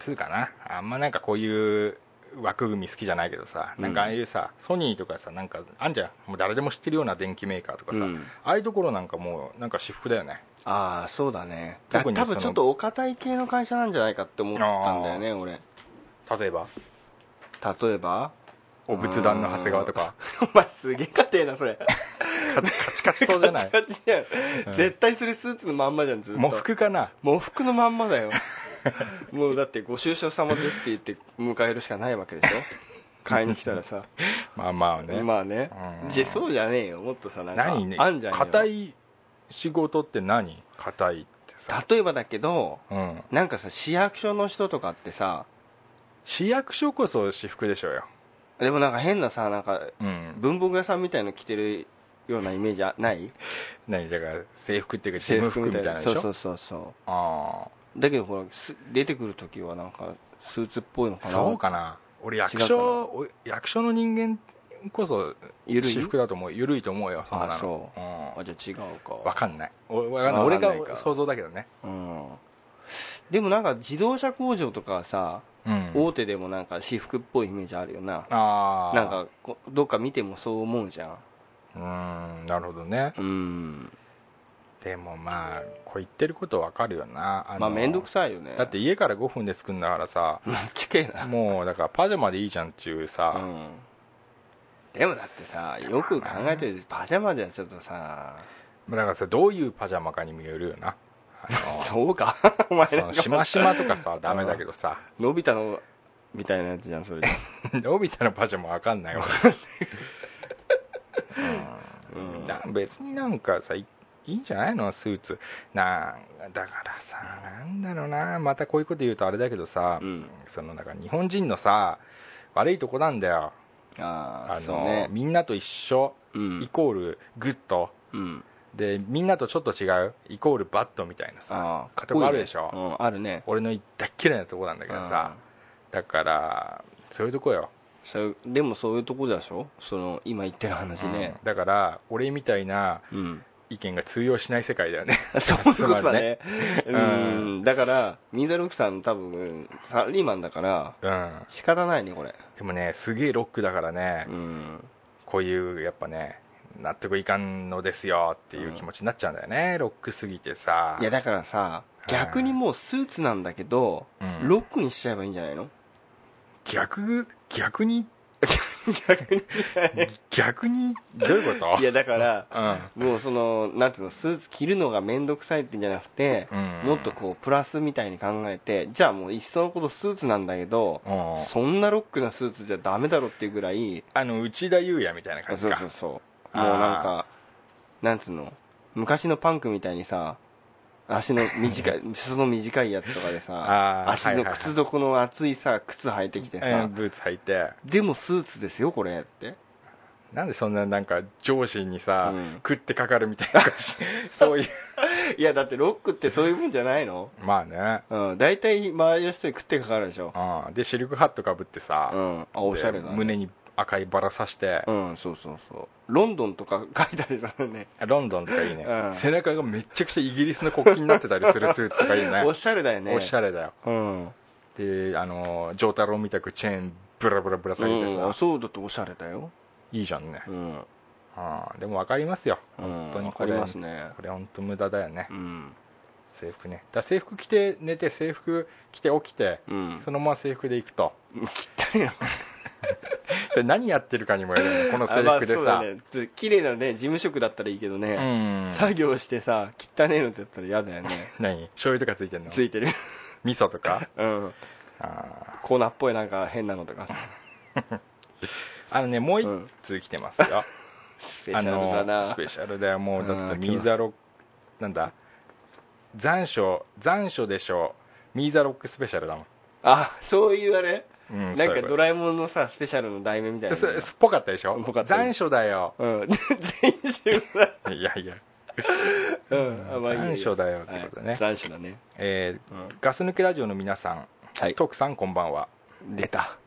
つうかなあんまなんかこういう枠組み好きじゃないけどさ、
うん
なんかああいうさソニーとかさなんかあんじゃんもう誰でも知ってるような電機メーカーとか
う
さ、
ん
ああいうところなんかもうなんか私服だよね
ああそうだね多
特
分
に
多
そ
分
の
ちょっとお堅い系の会社なんじゃないかって思ったんだよね俺
例えば
例えば
お仏壇の長谷川とか
お前すげえ家庭なそれ
カチカチそうじゃない
ガチ ガチだよ
うん
絶対それスーツのまんまじゃんずっと
喪服かな
喪服のまん まだよもうだってご愁傷様ですって言って迎えるしかないわけでしょ買いに来たらさ、
まあまあ ね、
まあね
うん
じゃそうじゃねえよもっとさなんか
何ね
あんじゃんよ
硬い仕事って何硬いってさ、
例えばだけど
うん、
なんかさ市役所の人とかってさ
市役所こそ私服でしょうよ、
でもなんか変なさなんか
うん、
文房具屋さんみたいの着てるようなイメージあない
何だから制服っていうか事務服みたいなでし
そ
ょ
うそうそうそ
あ
うだけどほらす出てくる時はなんかスーツっぽいの
あ
かな
そうかな俺役
違うかな
所お役所の人間こそ
緩い
私服だと思う緩いと思うよそんなの、
あそうあじゃあ違うか
ん、分かんないおわかんない
わか
俺
んないか
が想像だけどね、
うんでもなんか自動車工場とかはさ、
うん、
大手でもなんか私服っぽいイメージあるよな
ああ
なんかこどっか見てもそう思うじゃ
うーんなるほどね
んうん
でもまあこう言ってることわかるよなあの
まあ面倒くさいよね
だって家から5分で作るんだからさ
ちけえな
もうだからパジャマでいいじゃんっていう
う
さ、
んでもだってさよく考えてるパジャマじゃちょっとさ
だからさどういうパジャマかにもよるよなあの
そうかお前
そ
なん
の
か
しましまとか さダメだけどさ
のび太のみたいなやつじゃん それ
のび太のパジャマわかんない わ、うんな別になんかさいいいんじゃないのスーツなんだからさなんだろうなまたこういうこと言うとあれだけどさ、
うん
そのなんか日本人のさ悪いとこなんだよ
ああ
あ
そう
の、
ね
みんなと一緒
うん
イコールグッド
うん
でみんなとちょっと違うイコールバッドみたいなさ
ああ
とこあるでしょ
うんあるね
俺の大っ嫌いなとこなんだけどさだからそういうとこよ、
そうでもそういうとこでしょその今言ってる話ね
うんだから俺みたいな
うん、
意見が通用しない世界だよね
そういうことだね
まりね
うんだからミザルクさん多分サラリーマンだから
うん
仕方ないねこれ
でもねすげえロックだからね、
うん
こういうやっぱね納得いかんのですよっていう気持ちになっちゃうんだよね、ロックすぎてさ
いやだからさ逆にもうスーツなんだけど、
うん
ロックにしちゃえばいいんじゃないの
逆逆 に逆にどういうこと
いやだから
うん
もうそのなんていうのスーツ着るのが面倒くさいってんじゃなくて、
うん
もっとこうプラスみたいに考えてじゃあもういっそのことスーツなんだけど、
うん
そんなロックなスーツじゃダメだろっていうぐらい
あの内田裕也みたいな感じ
そう
か
そうそうもう
あー
なんかなんつうの昔のパンクみたいにさ足の短い 裾の短いやつとかで
あ
さ
ー
足の靴底の厚いさ靴履いてきてさ、
うんブーツ履いて
でもスーツですよこれって
なんでそんななんか上司にさ、
うん
食ってかかるみたいな感じ そういう
いやだってロックってそういうもんじゃないの
まあね、
うん大体周りの人に食ってかかるでしょ
うん、でシルクハットかぶってさ、
うん、あおしゃれだ、
で胸に赤いバラさして、
うんそうそうそうロンドンとか書いてあるじゃんね
ロンドンとかいいね、
うん
背中がめちゃくちゃイギリスの国旗になってたりするスーツとかいいね
おしゃれだよね
おしゃれだよ
うん、
であの丈太郎みたくチェーンブラブラぶら下げてさ、
うん、そうだっておしゃれだよ
いいじゃんね、
うん、うん、
うんでも分かりますよ
本
当に
わかりますね
これ本当無駄だよね、
うん、
制服ねだから制服着て寝て制服着て起きて、
うん、
そのまま制服で行くと
切ったね
それ何やってるかにもよ るよねこの制服で
あまあ
さ、
そうだねず綺麗なね事務職だったらいいけど
う
ね、
ん
作業してさ汚ねえのってやったら嫌だよ ね
何醤油とかついてんの
ついてる
味噌とか
うん
あー
コーナーっぽいなんか変なのとかさ
あのねもう一通来てますよ、
スペシャルだ
あの
な
スペシャルだよもうだって
うん
ミーザロックなんだ残暑残暑でしょミーザロックスペシャルだもん、
あそういうあれ
うん、
なんかド
ラ
ラえもんのさスペシャルの題名みたいな
っぽかったでしょ
ぽかった
残暑だよ
うん 全集だ
いやいや
うんあまあいいよ
残暑だよってことね
はい残暑だね
えーガス抜けラジオの皆さん、
はい
トークさんこんばんは
出た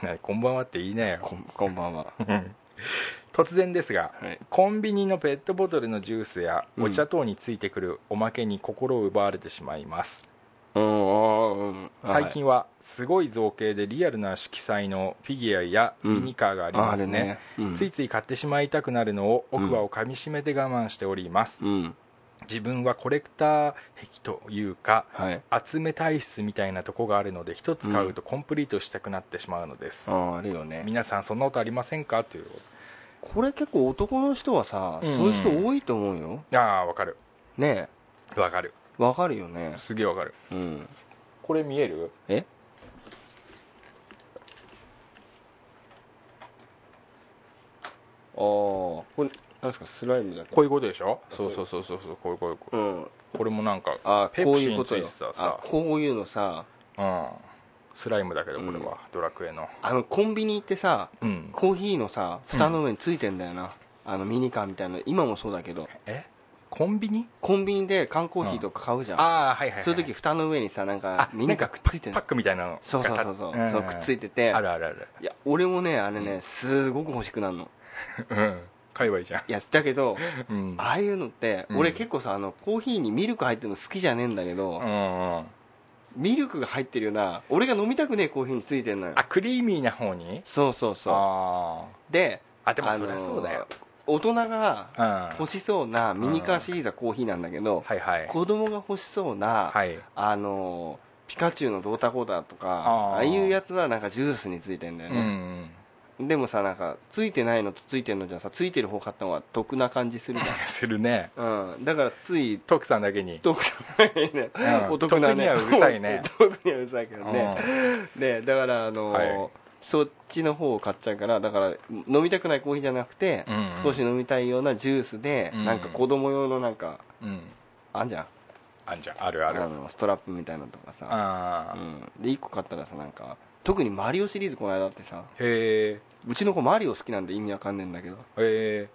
ねこんばんはって言いなよ
こんこんばんは
うん 突然ですが
はい
コンビニのペットボトルのジュースやお茶等についてくるおまけに心を奪われてしまいます、
うんうんうん
最近はすごい造形でリアルな色彩のフィギュアやミニカーがあり
あ
ま
あれ
すね,、
ねうん
ついつい買ってしまいたくなるのを奥歯をかみしめて我慢しております、
うん
自分はコレクター癖というか
はい
集め体質みたいなとこがあるので一つ買うとコンプリートしたくなってしまうのです
あ、ああるよね
皆さんそんなことありませんかという
これ結構男の人はさ
うん
そういう人多いと思うよ
ああわかる
ね
わかる
えわかるよね
すげえわかる
うん
これ見える
えああこれなんですかスライムだけ
こういうことでしょそうそうそうそうそうこういうこういうこう
うん
これもなんか
あ
ペ
こ
プ
う
シ
いう
に
こ
つ
と
い
よ
てた
あ
さ
こういうのさ
うんスライムだけどこれは、ドラクエの
あのコンビニ行ってさ
うん
コーヒーのさ蓋の上についてんだよな、あのミニカーみたいな今もそうだけど
えコンビニ
コンビニで缶コーヒーとか買うじゃん、
ああはいはい、はい、
そういう時蓋の上にさなんかミニカーくっついて
パッ
る
クみたいなのが
そうそうそうそう、
ん
そうくっついてて
あるあるある
いや俺もねあれねすごく欲しくなるの
うん界隈じゃん
いやだけど
うん
ああいうのって、
うん
俺結構さあのコーヒーにミルク入ってるの好きじゃねえんだけど、
うんうん
ミルクが入ってるような俺が飲みたくねえコーヒーについてるのよ
あクリーミーな方に
そうそうそう
あ
で
ーあでも
あ
そ
の
りゃ
ー
そうだよ、
大人が
うん
欲しそうなミニカーシリーズはコーヒーなんだけど、
はいはい
子供が欲しそうな、
はい
あのピカチュウのどうたこうだとか
あー
ああいうやつはなんかジュースについてんだよ
うんう
ね、
ん
でもさなんかついてないのとついてるのじゃさついてる方買った方が得な感じするじ
するね
ゃん、うん、だからつい
トクさんだけに
得じゃないね、
うん
お得な
得
ね
にはうるさい ね
得にはうるさいけどね、でだからあの、
はい
そっちの方を買っちゃうからだから飲みたくないコーヒーじゃなくて、
うんうん
少し飲みたいようなジュースで、
うん
なんか子供用のなんか
うん、うん、
あんじゃん
あんじゃんあるある
あのストラップみたいなのとかさ
あ
う
ー、
ん、で1個買ったらさなんか特にマリオシリーズこの間あってさ
へえ
うちの子マリオ好きなんで意味わかんねえんだけど
へえ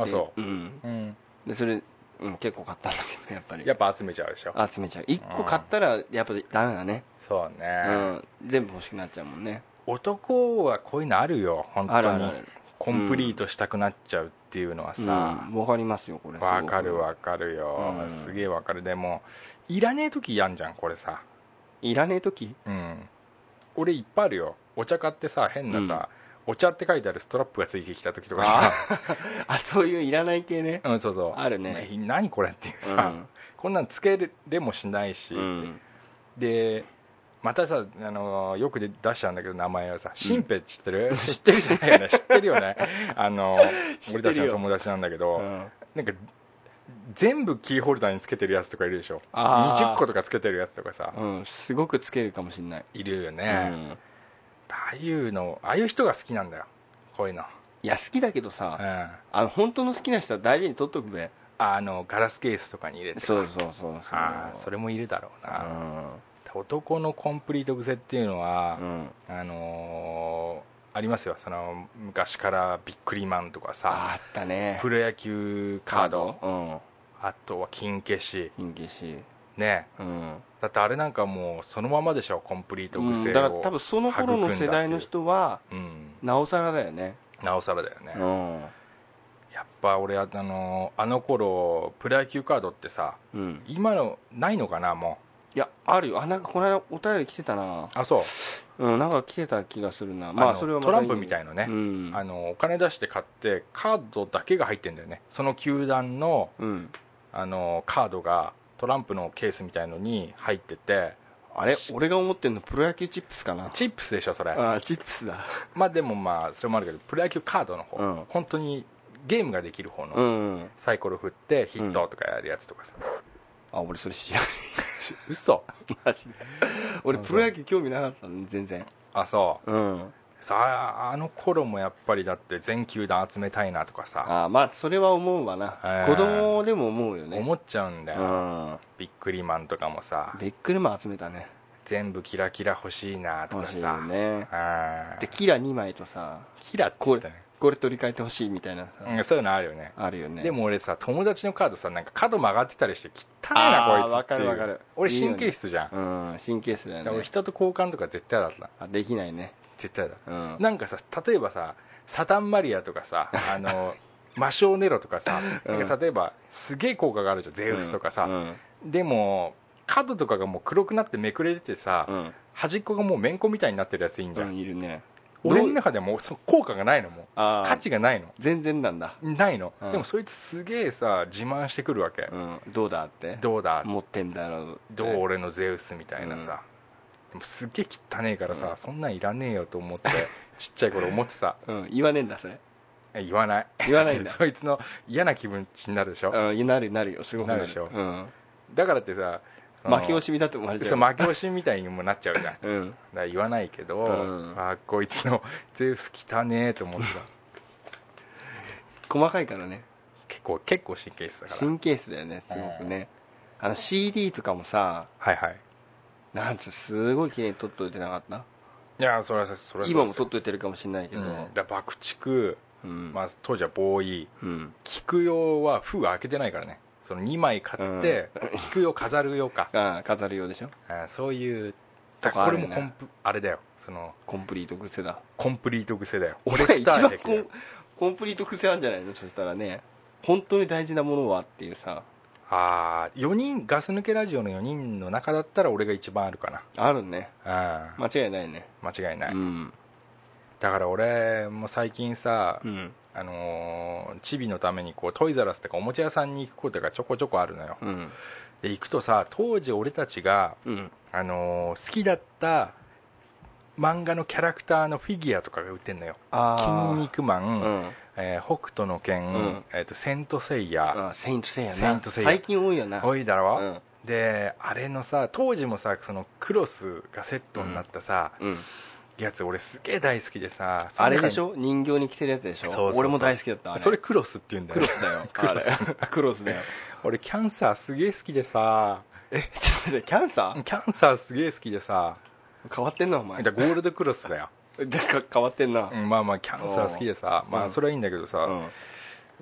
あ
で、
そう
ん、
ううん
でそれ、うん、結構買ったんだけどやっぱり
やっぱ集めちゃうでしょ
集めちゃう1個買ったらやっぱダメだね、
そうね
うん、全部欲しくなっちゃうもんね
男はこういうのあるよ本当に
あるあるある
コンプリートしたくなっちゃうっていうのは
うん
さ
わかりますよこれすごく
わ、かるわかるよ、
うん
すげえわかるでもいらねえ時やんじゃんこれさ
いらねえ時
うん俺いっぱいあるよお茶買ってさ変なさ、お茶って書いてあるストラップがついてきた時とかさ
ああそういういらない系ね
うんそうそう
あるね
え何これっていうさ、こんなんつけれもしないし、
うんうん
でまたさ、あのよく出しちゃうんだけど名前はさシンペ知ってる、知って
てるじゃ
ないよ ね知ってるよねあの
知って
俺
るよ
たちの友達なんだけど、
うん
なんか全部キーホルダーにつけてるやつとかいるでしょ
あー
20個とかつけてるやつとかさ、
うん、すごくつけるかもしれない、
いるよ
う
ね、
ん、
ああいうのああいう人が好きなんだよこういうの、
いや好きだけど
う
さ
ん、
あの本当の好きな人は大事に取っとくべ
あのガラスケースとかに入れて
そうそうそうそう
あーそ
れ
れもいるだろうな、男のコンプリート癖っていうのは
う、ん
あのーありますよその昔からビックリマンとかさ
あったね
プロ野球カード
うん
あとは金消し
金消し
ね
うん
だってあれなんかもうそのままでしょコンプリート
う
癖を、
んだから多分その頃の世代の人は
うん
なおさらだよね
なおさらだよね、
うん
やっぱ俺あのーあの頃プロ野球カードってさ
うん
今のないのかなも
いやあるよあなんかこの間お便り来てたな
うあそう
うんなんか来てた気がするな
あ
まあ
の
それは
トランプみたい
な
のね、
うん
あのお金出して買ってカードだけが入ってんだよねその球団の
うん
あのカードがトランプのケースみたいのに入ってて
あれ俺が思ってんのプロ野球チップスかな
チップスでしょそれ
あチップスだ
まあでもまあそれもあるけどプロ野球カードの方、
うん
本当にゲームができる方の、
うん
サイコロ振ってヒットとかやるやつとかさ、
あ俺それ知らない
嘘
マジで俺プロ野球興味なかったの全然
あそ
うん
うさああの頃もやっぱりだって全球団集めたいなとかさ、
あーまあそれは思うわな、
えー
子供でも思うよね
思っちゃうんだよ、
う
ビックリマンとかもさ
んビックリマン集めたね
全部キラキラ欲しいなと
欲
か
しいよ
さ、
ね
あー
でキラ2枚とさ
キラって言ったね
これ取り替えてほしいみたいなさ、
うん、そういうのあるよね
あるよね
でも俺さ友達のカードさなんか角曲がってたりして汚い
あ
な
ー
こいつっていう
わかるわかる
俺神経質じゃん
うん神経質だよ
だから
ね
俺人と交換とか絶対だった
あできないね
絶対だ
うん
なんかさ例えばさサタンマリアとか さあの魔性ネロとかさ
うん
なんか例えばすげえ効果があるじゃんゼウスとかさ、
うん
でも角とかがもう黒くなってめくれててさ、
うん
端っこがもうめんこみたいになってるやついいんじ
う
ゃ
ん
ん、
いるね
俺の
どう
中ではもうそ効果がないのもう
あ
価
あ
値がないの
全然なんだ、
ないの、
うん
でもそいつすげえさ自慢してくるわけ、
うん、どうだって
どうだ
持ってんだろう
どう俺のゼウスみたいなさ、でもすっげえ汚ねえからさ、
うん
そんなんいらねえよと思って ちっちゃい頃思ってた
う、ん、言わねえんだそれ
え言わない
言わないん だ
そいつの嫌な気分になるでしょ、
うんなるなるよすごく
なるでしょ
うん、
だからってさその
負け惜しみだと思われちゃ
そうう負け惜しみみたいにもなっち ゃうじゃんだか
うん
ら言わないけど、
うん
あこいつのゼウス汚ねえと思って た
細かいからね
結構結構神経質だから
神経質だよねすごくね、あの CD とかもさ
はいはい
なんつうすごい綺麗に撮っといてなかった
いやそれはそれはそうですよ
今も撮っといてるかもしれないけ
う
ど、
ん、だから爆竹、
うん
まあ、当時はボーイ
うん
菊用は封開けてないからねその2枚買って、菊用飾る用か
ああ飾る用でしょ
あーそういう
と
だ
か
か
あ
らこ
る
れ
ね
もコンプあれだよその
コンプリート癖だ
コンプリート癖だよ
俺
コレ
一
クター
番
癖
コ
だよ
ンコンプリート癖あるんじゃないのそしたらね本当に大事なものはっていうさ
ああ4人ガス抜けラジオの4人の中だったら俺が一番あるかな
あるね
あー、
間違いないね
間違いない、
うん
だから俺も最近さ、
うん
あのーチビのためにこうトイザラスとかおもちゃ屋さんに行くことがちょこちょこあるのよ
うん
で行くとさ当時俺たちが
うん
あのー好きだった漫画のキャラクターのフィギュアとかが売ってんのよ「
あー
筋肉マン」
うん
えー北斗の拳」
うん
えーと「セント・セイヤ
あセイントセイヤな
セイントセイヤ
最近多いよ」な
多いだろ、
うん
であれのさ当時もさそのクロスがセットになったさ、
うん
やつ俺すげえ大好きでさ
あれでしょ人形に着せるやつでしょ
そうそうそう
俺も大好きだったあれ
それクロスって言うんだ
ク
よ
ロスだ よ
クロス
あれ クロスだよ
俺キャンサーすげえ好きでさ
えちょっと待ってキャンサ
キャンサーすげえ好きでさ
ー変わってんなお前
だゴールドクロスだよ、
でか 変わってんな
うんまあまあキャンサー好きでさ
うん
まあそれはいいんだけどさ、
うん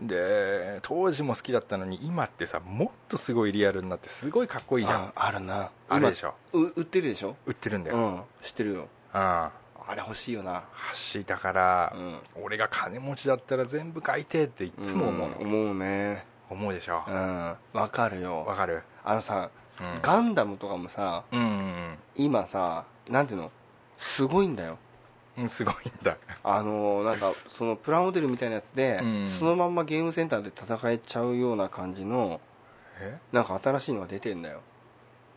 で当時も好きだったのに今ってさもっとすごいリアルになってすごいかっこいいじゃん
ああるな
あれでし
ょ
ょ
売ってるでしょ
売ってるんだ
う
よ、
ん知ってるよ
あ
あれ欲しいよな
あ橋だから
う、ん
俺が金持ちだったら全部買いてえっていつも思うの、
ん思うね
思うでしょ
うんわかる
わ
よ
かる、
あのさ
うん、
ガンダムとかもさ
うんうん
今さなんていうのすごいんだよ
うんうんすごいんだ
あのなんかそのプラモデルみたいなやつで
うん
そのまんまゲームセンターで戦えちゃうような感じの
え
なんか新しいのが出てんだよ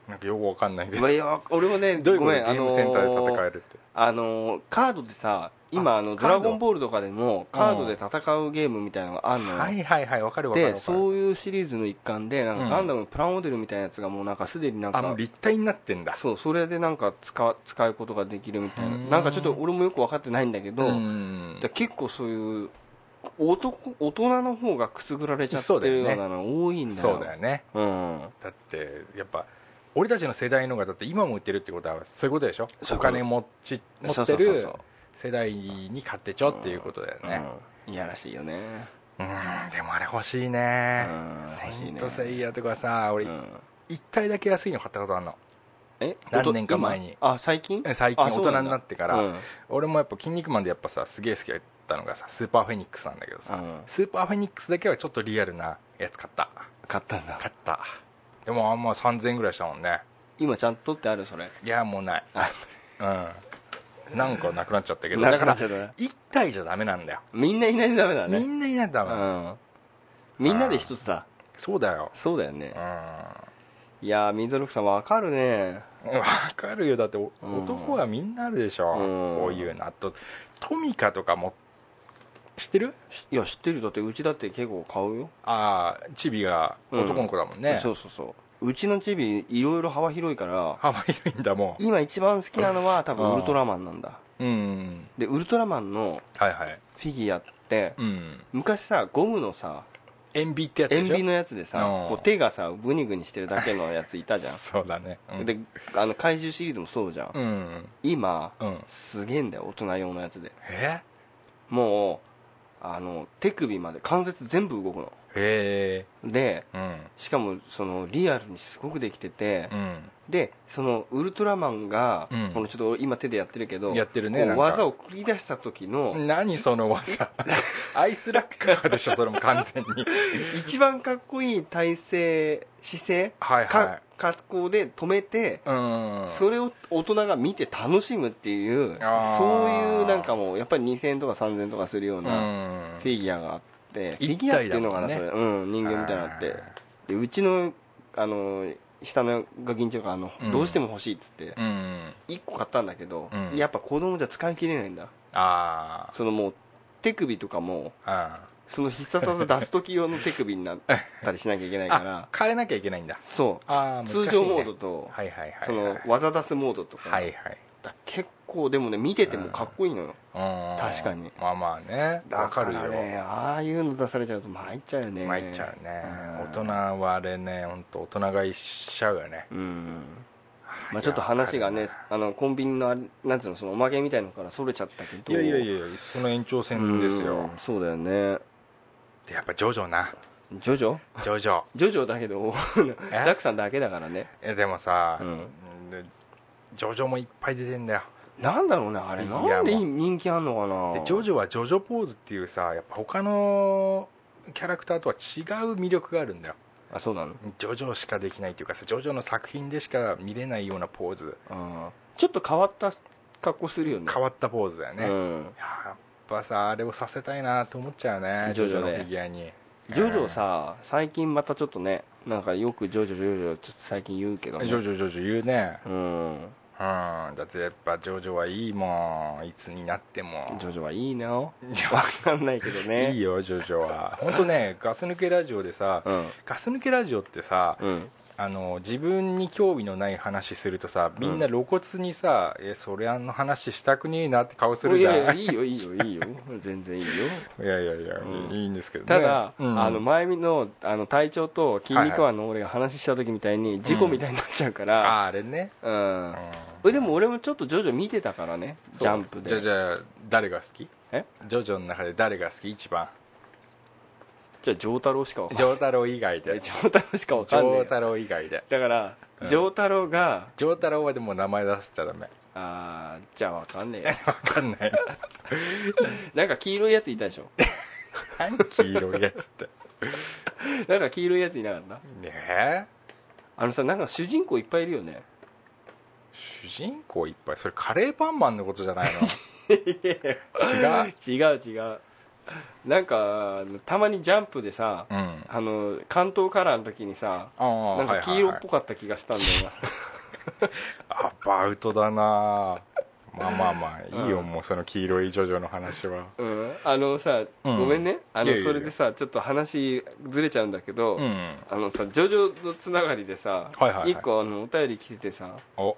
なんかよくわかんないけ
う
ど
わいや俺もね
どういう
ご
こと
め
ゲ
んあ
ー
の
ムセンターで戦えるって、
あのーカードでさ今
あ
あの「ド
カー
ラ
ド
ゴンボール」とかでもカードで戦うゲームみたいなのがあるのよ、
はいはいはいわかるわかるわ
で
かる
そういうシリーズの一環でなん
う
か
ん
ガンダムのプラモデルみたいなやつがもうなんかすでになん
あも
か
う立体になってんだ
そうそれでなんか使わ使うことができるみたいな
うん
なんかちょっと俺もよく分かってないんだけど、
うん
だから結構そういう男大人の方がくすぐられちゃって
そうだよ
るよ
ね
うなの多いんだよ
そうだよね
うん、
だってやっぱ俺たちの世代のがだって今も売ってるってことはそういうことでしょ
そう
お金持ち持
そう
っ
そ
て
うそう
る
そ
世代に買ってちょっていうことだよ
う、
ね
うん、いやらしいよね、
うんでもあれ欲しいうね
ん、欲し
セ
い
イン
ね
トセイヤとかさ
う
俺
ん
一体だけ安いの買ったことあるの
え
何年か前に
今あ最近
最近
あ
大
そう
人
なんだ
になってから、
うん
俺もやっぱ「筋肉マン」でやっぱさすげえ好きだったのがさスーパーフェニックスなんだけどさ、
うん
スーパーフェニックスだけはちょっとリアルなやつ買った
買ったんだ
買ったでもあんま3000円ぐらいしたもんね
今ちゃんとってあるそれ
いやもうない
あ
うんなんかなくなっちゃったけど
な
だ
く
か
な
ら
っちゃったね
1体じゃダメなんだよ
みんないないとダメだね
みんないないとダメ、
うんみんなで一つだ
そうだよ
そうだよね
うん
いやー水六さんわかるね
わかるよだってお
うん
男はみんなあるでしょ、
うん
こういうのあとトミカとかも知ってる
しいや知ってるだってうちだって結構買うよ
ああチビが男の子だもんね、
そうそうそううちのチビいろいろ幅広いから
幅広いんだもん
今一番好きなのは多分
うん
ウルトラマンなんだ
ううん
でウルトラマンの
はいはい
フィギュアって
うん
昔さゴムのさ
塩ビってやつで
塩
しょ
ビのやつでさ
うん
こう手がさグニグニしてるだけのやついたじゃん
そうだね、うん、
であの怪獣シリーズもそうじゃん、
うん
今
うん
すげえんだよ大人用のやつで
え
もうあの手首まで関節全部動くの
へえ
で
うん
しかもそのリアルにすごくできてて、
うん
でそのウルトラマンが、
うん
このちょっと今手でやってるけど
やってる
こ
ね
う
なんか
技を繰り出した時の
何その 技アイスラッカーでしょそれも完全に
一番かっこいい体勢姿勢
はいは
か格好で止めて、
いうん
それを大人が見て楽しむっていう
あー
そういうなんかもうやっぱり2000円とか3000円とかするよう
う
なんフィギュアがあって、フィ
一
ギュアっ
体
てい
だ
うの
も
か
ん
な、
ね
それうん人間みたいなのあってでうちのあの下のガキんちょがあの、
うん
どうしても欲しいっつって
あーうん
1個買ったんだけど、
うん
やっぱ子供じゃ使い切れないんだ
あー
そのもう手首とかも
あ
その必殺技出す時用の手首になったりしなきゃいけない
ー
か
あ
ら
変えなきゃいけないんだ
そ
あー
う通
難しいね
常モードと、
はいはいはい
その技出すモードとか、
はいはい
だ結構でもね見ててもかっこいいのよ、
うん
確かに
まあまあね
だ
わ
か
かるよ
らねああいうの出されちゃうと参っちゃうよね
参っちゃうね
うん
大人はあれね本当大人買いしちゃうよね
うんまあ、ちょっと話がねあのコンビニのあれなんつうのそのおまけみたいのからそれちゃったけど
いやいやいやいやその延長
う
戦
ん
ですよ
そうだよね
でやっぱジョジョな
ジョジョ
ジョジョ
ジョジョだ けどザックさんだけだからね
えでもさ、
うん
でジョジョもいっぱい出てんだよ
なんだろうねあれ
いや
なんで
もう
人気あんのか
で
な
ジョジョはジョジョポーズっていうさやっぱ他のキャラクターとは違う魅力があるんだよ
あそうなの、
ジョジョしかできないっていうかさジョジョの作品でしか見れないようなポーズ
うん、ちょっと変わった格好するよね
変わったポーズだよね、
うん、
やっぱさあれをさせたいなと思っちゃうね
ジ
ジ
ョ
ョ
ジ
ジ
ョ
ョ
ね
のフィギュアに
ジョジョさ最近またちょっとねなんかよくジョジョジョジョちょっと最近言うけど、
ジ
ね、
ョジョジョジョ言うね
うん
うんだってやっぱジョジョはいいもんいつになっても
ジョジョはいいなわ
ジョ
かんないけどね
いいよジョジョは本当ねガス抜けラジオでさ
うん
ガス抜けラジオってさ
うん
あの自分に興味のない話するとさみんな露骨にさ、えそれあの話したくねえなって顔する
い
じゃん
や
い
い
や
やいいよいいよいいよ 全然いいよ
いやいや
うん
いいんですけどね
ただ、
うん
あの前見のあの隊長と筋肉マンの俺が話した時みたいに事故みたいになっちゃうか
あ
ら、
あれね、
うん
うん
えでも俺もちょっとジョジョ見てたからねジャンプで
じゃあじゃあ誰が好き
え
ジョジョの中で誰が好き一番
じゃあ丈太郎しかわかんな
丈太郎以外
い
で
丈太郎しかわかんない
丈太郎以外で
だから
うん
丈太郎が
丈太郎はでも名前出しちゃダメ
あーじゃあわかんねえよ
わかん ない
なんか黄色いやついたでしょ
何黄色いやつって
なんか黄色いやついなかった
ねえ
あのさなんか主人公いっぱいいるよね
主人公いっぱいそれカレーパンマンのことじゃ ないの違う
違う違うなんかあのたまにジャンプでさ
うんあ
あの関東カラーの時にさ
あ
なんか黄色っぽかった気がしたんだよ な、
アバウトだなあまあまあまあいいよ、
うん
もうその黄色いジョジョの話は
うん、あのさ、
うん
ごめんねあ
い
の
やいやいや
それでさちょっと話ずれちゃうんだけど、
うん
あのさジョジョのつながりでさ、
はいはいはい
一個あのお便り来ててさ
お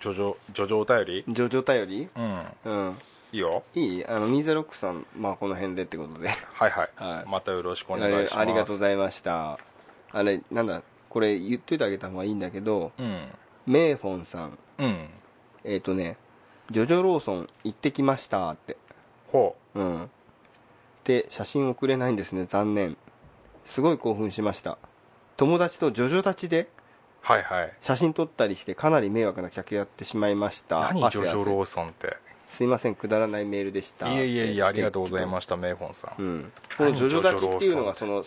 ジョジョジョジョお便り
ジョジョ頼り
うん
うん
いいよ
いいあのミーゼロックさんまあこの辺でってことで
はいはい、
はい
またよろしくお願いします
ありがとうございましたあれなんだこれ言っといてあげた方がいいんだけど
うん
メイフォンさん
うん
えっ、とね「ジョジョローソン行ってきました」って
ほ
うん。で、写真をくれないんですね、残念。すごい興奮しました。友達とジョジョ立ちで
うはいはい
写真撮ったりしてかなり迷惑な客やってしまいました。
何ジ
汗
ョジ
汗
ョローソンって
すいません、くだらないメールでした。
いやいやいやありがとうござい
す。
ましたメイフォンさん、
うん。このジョジョ立ちっていうの
何
が
ジ
その、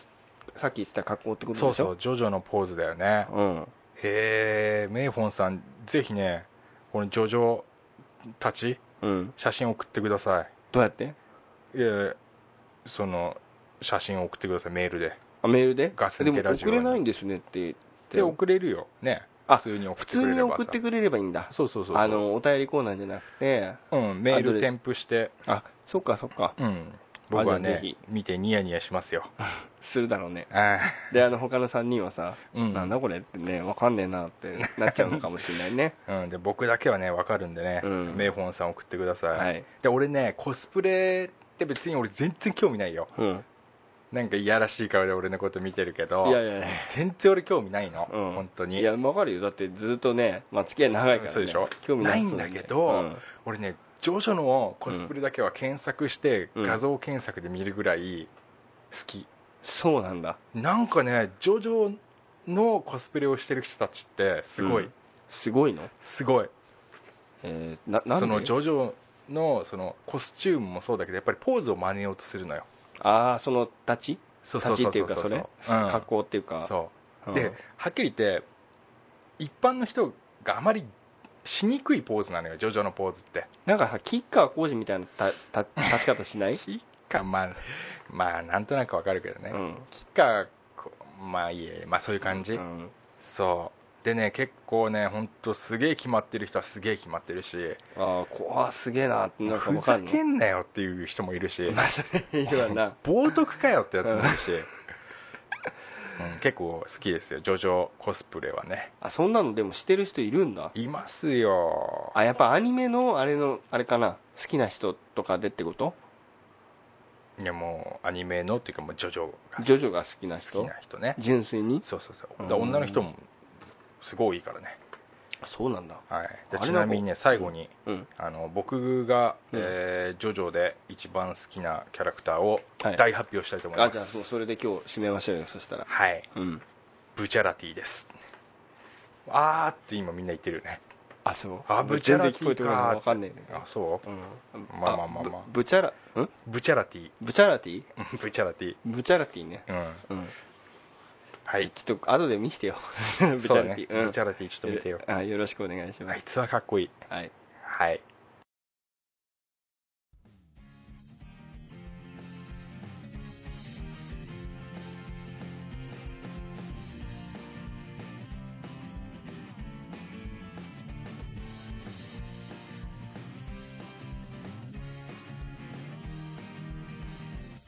さっき言ってた格好ってこと
そ
で
う
しょ
そうジョジョのポーズだよね
うん。
へえメイフォンさんぜひねこのジョジョたち
うん。
写真送ってくださ
どうやって
いいやいやその写真を送ってくださいメールで
あ、メールで
ガス
で
抜
も
けラジ
送
オに
れないんですねって言って。
で送れるよね
あ
普通に送っ
普
てく
通
れ
に
ればさ
送ってくれればいいんだ。
そうそうそうそう
あの、お便りコーナーじゃなくて、
うん、メー
あどれ
ル添付して
あ、そっかそっか。
うん僕は
あじゃあぜ
ね
ひ
見てニヤニヤしますよ
するだろうね
あ
であの他の3人はさ、
ーうん
なんだこれってねわかんねえなってなっちゃうのかもしれない ね
うん、で僕だけはね分かるんでね、
うん
メイホンさん送ってください、
はい、
で俺ねコスプレって別に俺全然興味ないよ
うん、
なんかいやらしい顔で俺のこと見てるけど
いやいやいや
全然俺興味ないの、
うん
本当に
いやわかるよだってずっとね、まあ、付き合い長いから、ね、
そうでしょ
興味なさそう
ないんだけど
うん
俺ねジョジョのコスプレだけは検索して、
うん
画像検索で見るぐらい好き
そうなんだ
なんかねジョジョのコスプレをしてる人たちってすごい、
うんすごいの
すごい
えー、ななん
そ
で
のジョジョのそのコスチュームもそうだけどやっぱりポーズを真似ようとするのよ
ああその立ち
そうそう
立ち
そ
っ
う
て
そ
いううかそれ、
うん
格好っていうか
そう
うん
ではっきり言って一般の人があまりしにくいポーズなのよジョジョのポーズって
なんかさ吉川晃司みたいなた た立ち方し ない、
キッカまあまあなんとなくわかるけどね、
うん
キッカこまあいいえまあそういう感じ、
うん
そうでね結構ね本当すげえ決まってる人はすげえ決まってるし
ああこわすげえなってなんか
ふ
わか
ざ
んの
けんなよっていう人もいるし
まあ それいるわ な
冒涜かよってやつもいるし、うん、結構好きですよジョジョコスプレはね
あそんなのでもしてる人いるんだ
いますよ
あやっぱアニメのあれのあれかな好きな人とかでってこと
いやもうアニメのっていうかもうジョジョが
ジョジョが好き
好
な人
きな人ね
純粋に
そうそうそうだ
うん
から女の人もすごい多いからね、
そうなんだ
はい、で
あれなんか
ちなみにね最後に
うん
あの僕が、
うん
えージョジョ」で一番好きなキャラクターを
はい
大発表したいと思い
あ
ま
じゃあそう
す、
それで今日締めましょうよそしたら
はい
うん
ブチャラティですあーって今みんな言ってるよね
あそう
あブチャラティか
全然聞こえてこないわかんねえね
あそう
うん
まあまあまあまあ
ぶブチャラん
ブチャラティ
ブチャラティ
ブチャラティ
ブチャラティね
うん
うん
は
ち
い
ょっと後で見せてよブチ
そう
ャ
だね
ラティ
ブチャラティちょっと見てよ
あよろしくお願いしま
あ
す
いつはかっこいい
はい
はい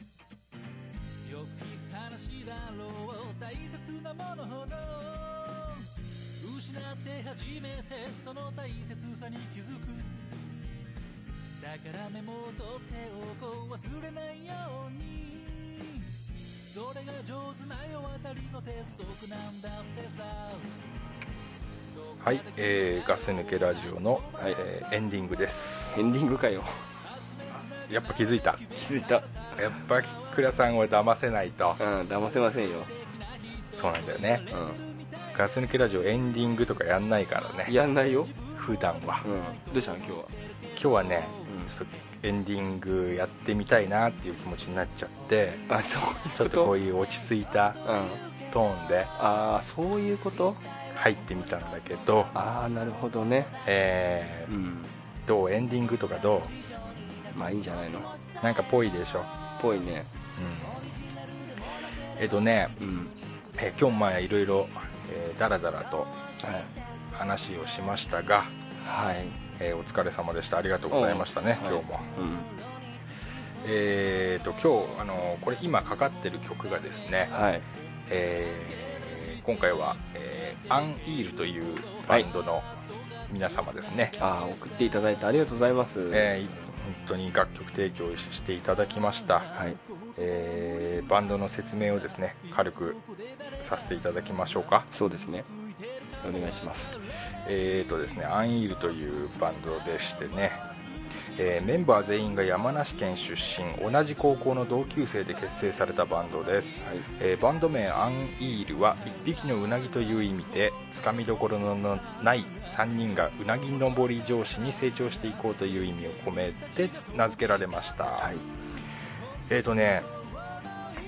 よく聞く話だろう大切なものほど失って初めてその大切さに気づくだからメモを取っておこう忘れないようにそれが上手な世渡りの鉄則なんだってさ
はい、えーガス抜けラジオの、
はい
えーエンディングです
エンディングかよ
やっぱ気づいた
気づいた
やっぱ倉さんを騙せないと
うん騙せませんよ
そうなんだよね
う
ガス抜けラジオエンディングとかやんないから
ん
ね
やんないよ
普段は、
うんどうしたの今日は
今日はね、
うん
ちょっとエンディングやってみたいなっていう気持ちになっちゃって
あそういう
ちょっとこういう落ち着いた
うん
トーンで
ああそういうこと
入ってみたんだけど、
ああなるほどね
え
うん
ーどうエンディングとかど
まあいいんじゃないの
うなんかぽいでしょ、
ぽいね
うん、えっとね、
うん
えー今日まあいろいろえーダラダラと
はい
話をしましたが、
はい
えーお疲れ様でしたありがとうございましたね
うん
今日も、
うん
えーと今日あのこれ今かかってる曲がですね、
はい
えー今回は、えーアンイールというバンドの皆様ですね、
ああ送っていただいてありがとうございます、
えー本当に楽曲提供していただきました、
はい
えーバンドの説明をですね軽くさせていただきましょうか
そうですねお願いします
えーとですね、アンイールというバンドでしてね、えーメンバー全員が山梨県出身同じ高校の同級生で結成されたバンドです、
はい
えーバンド名アンイールは一匹のうなぎという意味でつかみどころのない3人がうなぎ登り上司に成長していこうという意味を込めて名付けられました、
はい
えーとね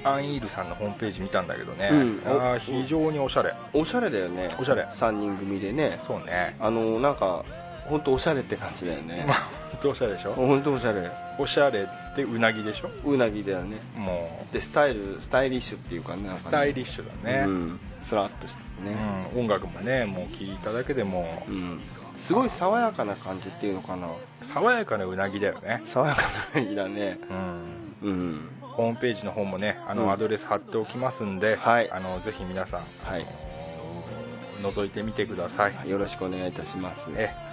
アンイールさんのホームページ見たんだけどね、
うん
あー
お
非常におしゃれ
おしゃれだよね
おしゃれ
3人組でね
そうね
あのなんか本当おしゃれって感じだよね
まあほんとおしゃれでしょ
本当おしゃれ
おしゃれってうなぎでしょ
うなぎだよね
もう
でスタイルスタイリッシュっていうかねなんかね
スタイリッシュだね、
う
うん
んスラッとしてね、
音楽もねもう聴いただけでも
うんすごい爽やかな感じっていうのかな
爽やかなうなぎだよね
爽やかな感じだね
うん
うん
ホームページの方もねあ
うん
のアドレス貼っておきますんで、
はい
あのぜひ皆さん
はい
覗いてみてください、
よろしくお願いいたしますね
え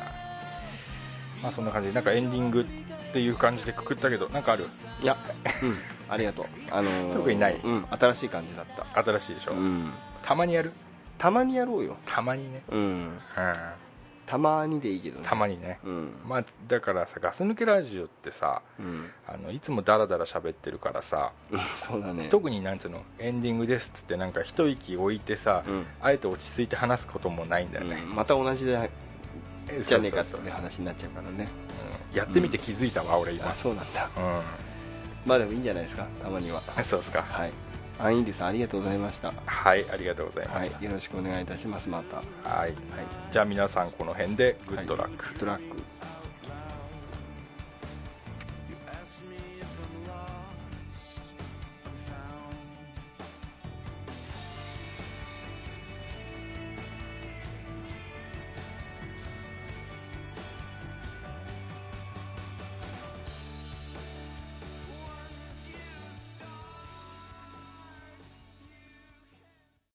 えまあそんな感じでなんかエンディングっていう感じでくくったけどなんかある
いや、うん、ありがとう、あのー
特にない
うん、新しい感じだった、
新しいでしょ、
うん、
たまにやる
たまにやろうよ、
たまにね、
うん、
うん、
たまにでいいけどね
たまにね
うん、
まあだからさガス抜けラジオってさ
うん、
あのいつもダラダラ喋ってるからさ
そうだね
特になんつうのエンディングですっつってなんか一息置いてさ、
うん、
あえて落ち着いて話すこともないんだよ
う
ね、
んまた同じで
え
じゃねえかって
そうそうそう
話になっちゃうからね
うんやってみて気づいたわ、俺今
あそうなんだ
うん
まあでもいいんじゃないですかたまに は
そうですか
はいアンインディさんありがとうございました
はいありがとうございま
は
した
いよろしくお願いいたしますまたは
はい、
い
じゃあ皆さんこの辺でグッドラック、
グッドラック